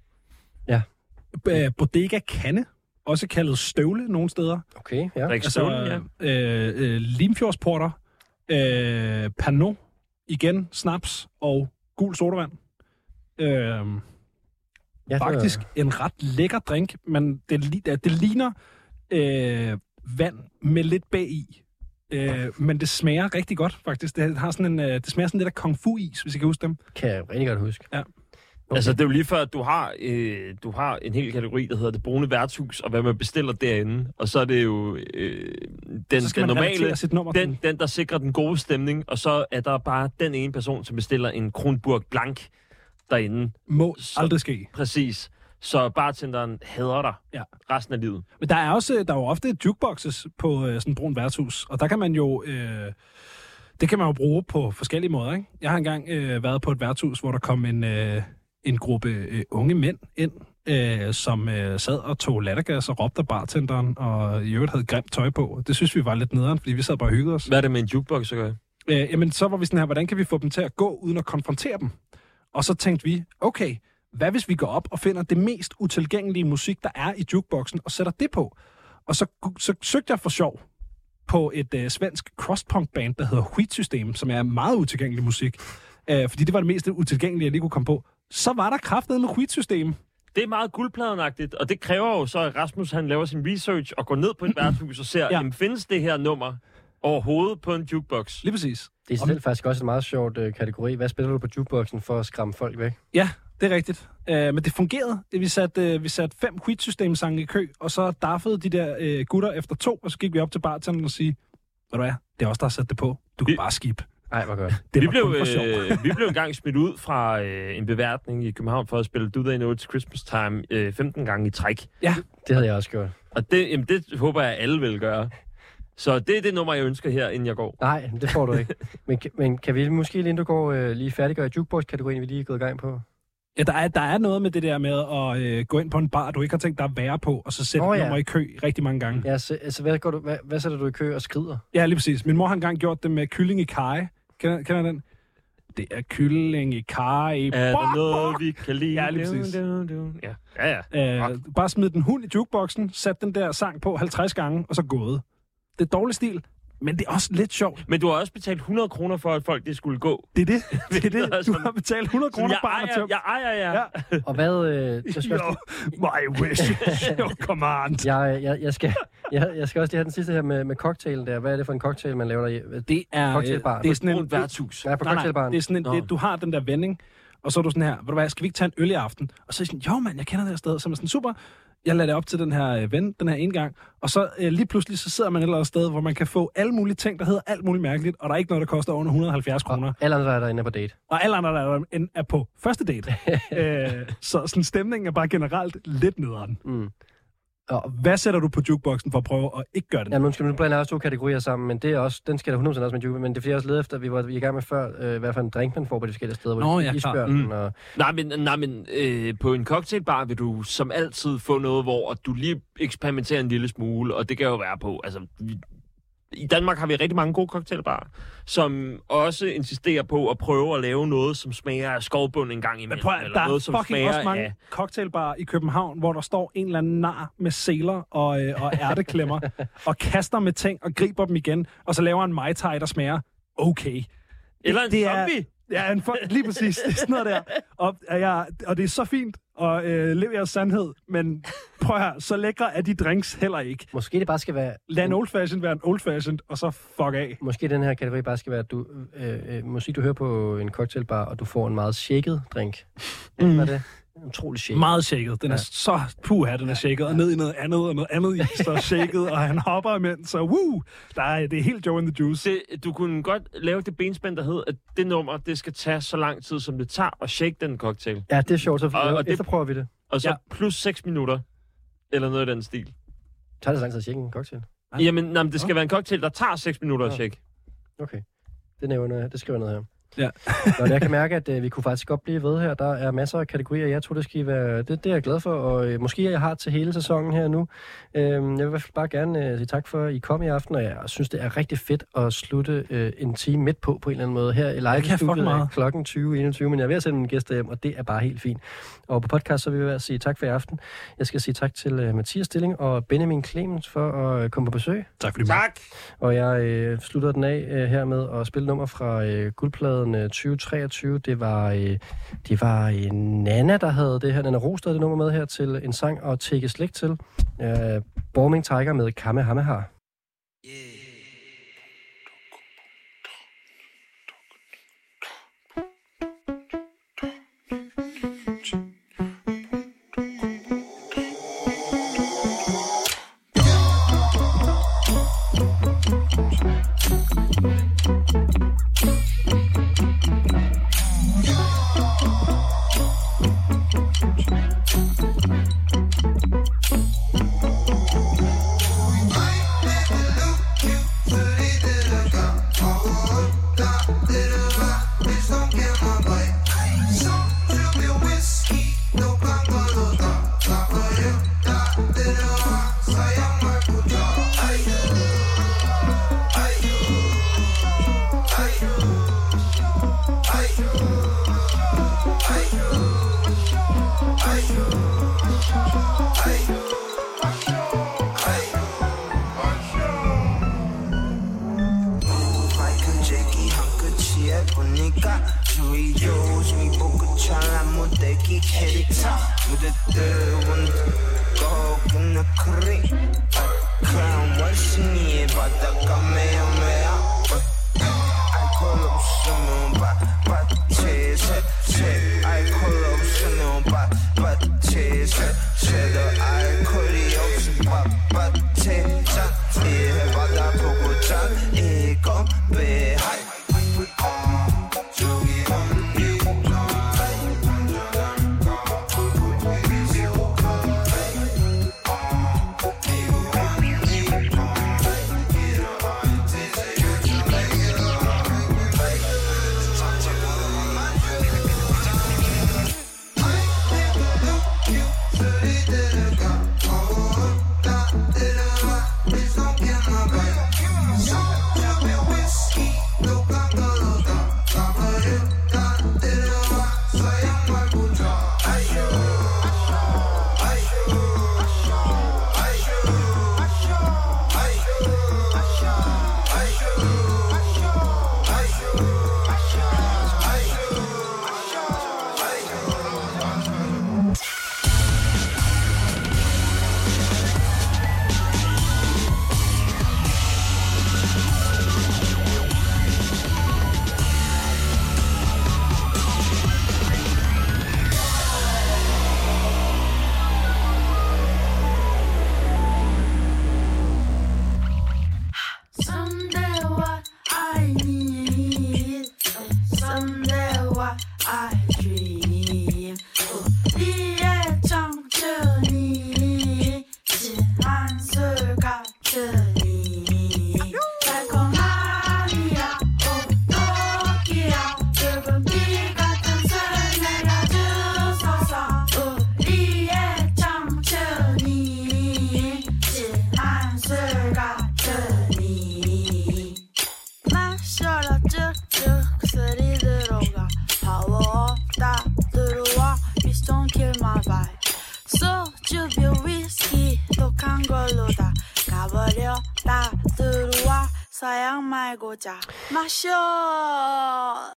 D: øh, Bodega Kanne, også kaldet støvle nogle steder.
B: Okay, ja.
C: Rik altså, ja.
D: øh, øh, Limfjordsporter, øh, Pernod, igen, snaps og gul sodavand. Øh,
B: ja
D: faktisk en ret lækker drink, men det, li- det det ligner øh, vand med lidt bag i. Øh, men det smager rigtig godt, faktisk. Det, har sådan en, øh, det smager sådan lidt af kung fu-is, hvis I kan huske dem.
B: Det kan jeg rigtig godt huske. Okay.
C: Altså, det er jo lige før, at du har, øh, du har en hel kategori, der hedder det brune værtshus, og hvad man bestiller derinde. Og så er det jo øh, den,
D: Så skal
C: den
D: man
C: normale,
D: relatere sit nummer til
C: den, den, der sikrer den gode stemning, og så er der bare den ene person, som bestiller en Kronburg Blank derinde.
D: Må
C: Så-
D: aldrig ske.
C: Præcis. Så bartenderen hader dig
D: Ja.
C: resten af livet.
D: Men der er også der er jo ofte jukeboxes på øh, sådan et brun værtshus, og der kan man jo øh, det kan man jo bruge på forskellige måder. Ikke? Jeg har engang øh, været på et værtshus, hvor der kom en øh, en gruppe øh, unge mænd ind, øh, som øh, sad og tog lattergas og råbte af bartenderen, og i øvrigt havde grimt tøj på. Det synes vi var lidt nederen, fordi vi sad bare og hyggede os.
C: Hvad er det med en jukebox, så gør jeg?
D: Øh, jamen, så var vi sådan her, hvordan kan vi få dem til at gå, uden at konfrontere dem? Og så tænkte vi, okay, hvad hvis vi går op og finder det mest utilgængelige musik, der er i jukeboxen, og sætter det på? Og så, gu- så søgte jeg for sjov på et øh, svensk crosspunk-band, der hedder Wheat System, som er meget utilgængelig musik. Øh, fordi det var det mest utilgængelige, jeg lige kunne komme på. Så var der kraftet med Wheat System.
C: Det er meget guldpladenagtigt, og det kræver jo så, at Rasmus han laver sin research og går ned på et værtshus og ser, ja.
D: Ja.
C: jamen, findes det her nummer overhovedet på en jukebox?
D: Lige præcis.
B: Det er i sig selv faktisk også en meget sjovt øh, kategori. Hvad spiller du på jukeboxen for at skræmme folk væk?
D: Ja, det er rigtigt. Øh, men det fungerede. Vi satte øh, vi satte fem quit-systemsange i kø, og så daffede de der øh, gutter efter to, og så gik vi op til bartenderen og sige, ved du hvad, det er os, der har sat det på. Du kan
C: Vi-
D: bare skip.
B: Nej, hvor godt.
D: Det
C: vi
D: var
C: blev,
D: kun for sjov.
C: øh, vi blev engang smidt ud fra øh, en beværtning i København for at spille Do They Know It's Christmas Time øh, 15 gange i træk.
B: Det havde jeg også gjort.
C: Og det, jamen, det håber jeg, alle vil gøre. Så det er det nummer, jeg ønsker her, inden jeg går.
B: Nej, det får du
D: [LAUGHS]
B: ikke. men, kan- men kan vi måske, inden du går, øh, lige færdiggøre jukebox-kategorien, vi lige er gået i gang på?
D: Ja, der er, der er noget med det der med at øh, gå ind på en bar, du ikke har tænkt dig at være på, og så sætte
B: Nå,
D: oh,
B: ja.
D: ja. nummer i kø rigtig mange gange. Ja.
B: Ja, så, altså, hvad, går du, hvad, hvad sætter du i kø og skrider?
D: ja, lige præcis. Min mor har engang gjort det med kylling i kaj. Kender, kender den? Det er kylling i kaj.
C: Er der noget, vi kan lide?
D: Ja, lige præcis.
C: Du, du, du. Ja, ja. ja.
D: Øh, bare smid den hund i jukeboxen, sat den der sang på 50 gange, og så gået. Det er dårlig stil, men det er også lidt sjovt.
C: Men du har også betalt 100 kroner for, at folk [LAUGHS] det skulle gå.
D: Det er det. det, er det. Du
C: Sådan-
D: har betalt 100
C: Så
D: kroner
C: jeg,
D: bare
C: ejer,
D: til
C: jeg ejer jer.
D: Ja.
B: Og hvad... Øh,
D: [LAUGHS]
B: jeg, skal også,
D: my
C: [LAUGHS]
D: wish. Jo, come on.
B: jeg, jeg, jeg, skal, jeg, jeg skal også lige have den sidste her med, med cocktailen der. Hvad er det for en cocktail, man laver der? Det,
D: Det er, øh,
B: Cocktailbar.
D: det er sådan en...
C: Brunt værtshus.
B: nej, på
D: Nej, nej,
B: cocktailbaren.
D: det er sådan en,
C: Nå.
D: det, du har den der vending, og så er du sådan her, ved du hvad, skal vi ikke tage en øl i aften? Og så er jeg sådan, jo mand, jeg kender det her sted, så er man sådan, super, jeg lader det op til den her øh, ven, den her ene gang, og så øh, lige pludselig, så sidder man et eller andet sted, hvor man kan få alle mulige ting, der hedder alt muligt mærkeligt, og der er ikke noget, der koster over 170 kroner.
B: Alle andre er derinde på date.
D: Og alle andre, der er der end er på første date. [LAUGHS] øh, så sådan stemningen er bare generelt lidt nederen.
B: Mm.
D: Og hvad sætter du på jukeboxen for at prøve at ikke gøre det?
B: Ja, nu skal nu blander jeg også to kategorier sammen, men det er også, den skal der 100% også med jukebox, men det er fordi jeg også leder efter, vi var i gang med før, øh, hvad for en drink man får på de forskellige steder, hvor
D: Nå,
B: de
D: ja, klar. Mm.
B: isbjørnen og
C: Nej, men, nej, men øh, på en cocktailbar vil du som altid få noget, hvor du lige eksperimenterer en lille smule, og det kan jo være på. Altså, vi, I Danmark har vi rigtig mange gode cocktailbarer, som også insisterer på at prøve at lave noget, som smager af skovbund en gang
D: Men
C: imellem.
D: prøv, at- der
C: noget,
D: er fucking også mange
C: af-
D: cocktailbarer i København, hvor der står en eller anden nar med seler og, øh, og
C: [LAUGHS]
D: ærteklemmer, og kaster med ting og griber dem igen, og så laver en Mai Tai, der smager okay.
C: Eller en
D: Det er-
C: zombie.
D: Ja, en fuck, lige præcis. Det er sådan noget der. Og, og, jeg, og det er så fint, og øh, lev jeres sandhed, men prøv her, så lækre er de drinks heller ikke.
B: Måske det bare skal være...
D: Lad en
C: Mm.
D: old fashion være en old fashion, og så fuck af.
B: Måske den her kategori bare skal være, at du, øh, øh, musik, du hører på en cocktailbar, og du får en meget shaket drink. Mm. Hvad er det? Utrolig shaket.
D: Meget shaket. Den er
B: Ja.
D: så puha, den er shaket. Og ned i noget andet, og noget andet i, så er shaket, og han hopper imens, så woo! Der er, det er helt Joe in the Juice.
C: Det, du kunne godt lave det benspænd, der hed, at det nummer, det skal tage så lang tid, som det tager at shake den cocktail.
B: Ja, det er sjovt. Så
C: Og- og det-
B: efterprøver vi det.
C: Og så
D: Ja.
C: ja. plus 6 minutter, eller noget i den stil.
B: Tager det så lang tid at shake en cocktail?
D: Ej.
C: Jamen, nej, men det skal være en cocktail, der tager 6 minutter at
B: Ja.
C: shake.
B: Okay. Det, nævner, jeg- det skriver jeg ned her. [LAUGHS]
D: Ja.
B: Nå, jeg kan mærke, at øh, vi kunne faktisk godt blive ved her. Der er masser af kategorier. Jeg tror, det skal I være... Det, det er jeg glad for, og øh, måske jeg har til hele sæsonen her nu. Øhm, jeg vil i hvert fald bare gerne øh, sige tak for, at I kom i aften, og jeg synes, det er rigtig fedt at slutte øh, en time midt på, på en eller anden måde. Her i
D: kan jeg fucking
B: live-studiet er
D: meget.
B: klokken 20.21, men jeg er ved at sende mine gæster hjem, og det er bare helt fint. Og på podcast, så vil jeg være at sige tak for i aften. Jeg skal sige tak til øh, Mathias Stilling og Benjamin Clemens for at øh, komme på besøg.
D: Tak fordi
C: Tak!
B: Og jeg øh, slutter den af øh, her med at spille nummer fra øh, guldpladen øh, 2023. Det var, øh, det var øh, Nana, der havde det her. Nana Ros, der havde det nummer med her til en sang og tække slægt til. Øh, Borming Tiger med Kamehameha.
G: Michael Jackie, Hunker Chia, Bonica, Jui Joes, Mi Boca Chala, Modeki, Kedita, with the third one, dog in the creek. Crown, what's in here, but the Kamehameha. I call up Sunu, but, but, cheers, cheers. I call up Sunu, but, but, cheers, cheers. I call up but, but, cheers, cheers. But I poke a chan, here come, be high. 저기 언니
H: Someday what I need, someday what I dream. 毕业长这里，西安是高这里。太空哪里呀？哦，诺基亚，日本比嘎腾森奈拉就萨萨。哦，毕业长这里，西安是高这里。 마셔라 쭉쭉 그슬이 들어가 파워 없다 들어와 Please don't kill my vibe 소주비 위스키 독한 걸로 다 가버려 다 들어와 서양 말고자 마셔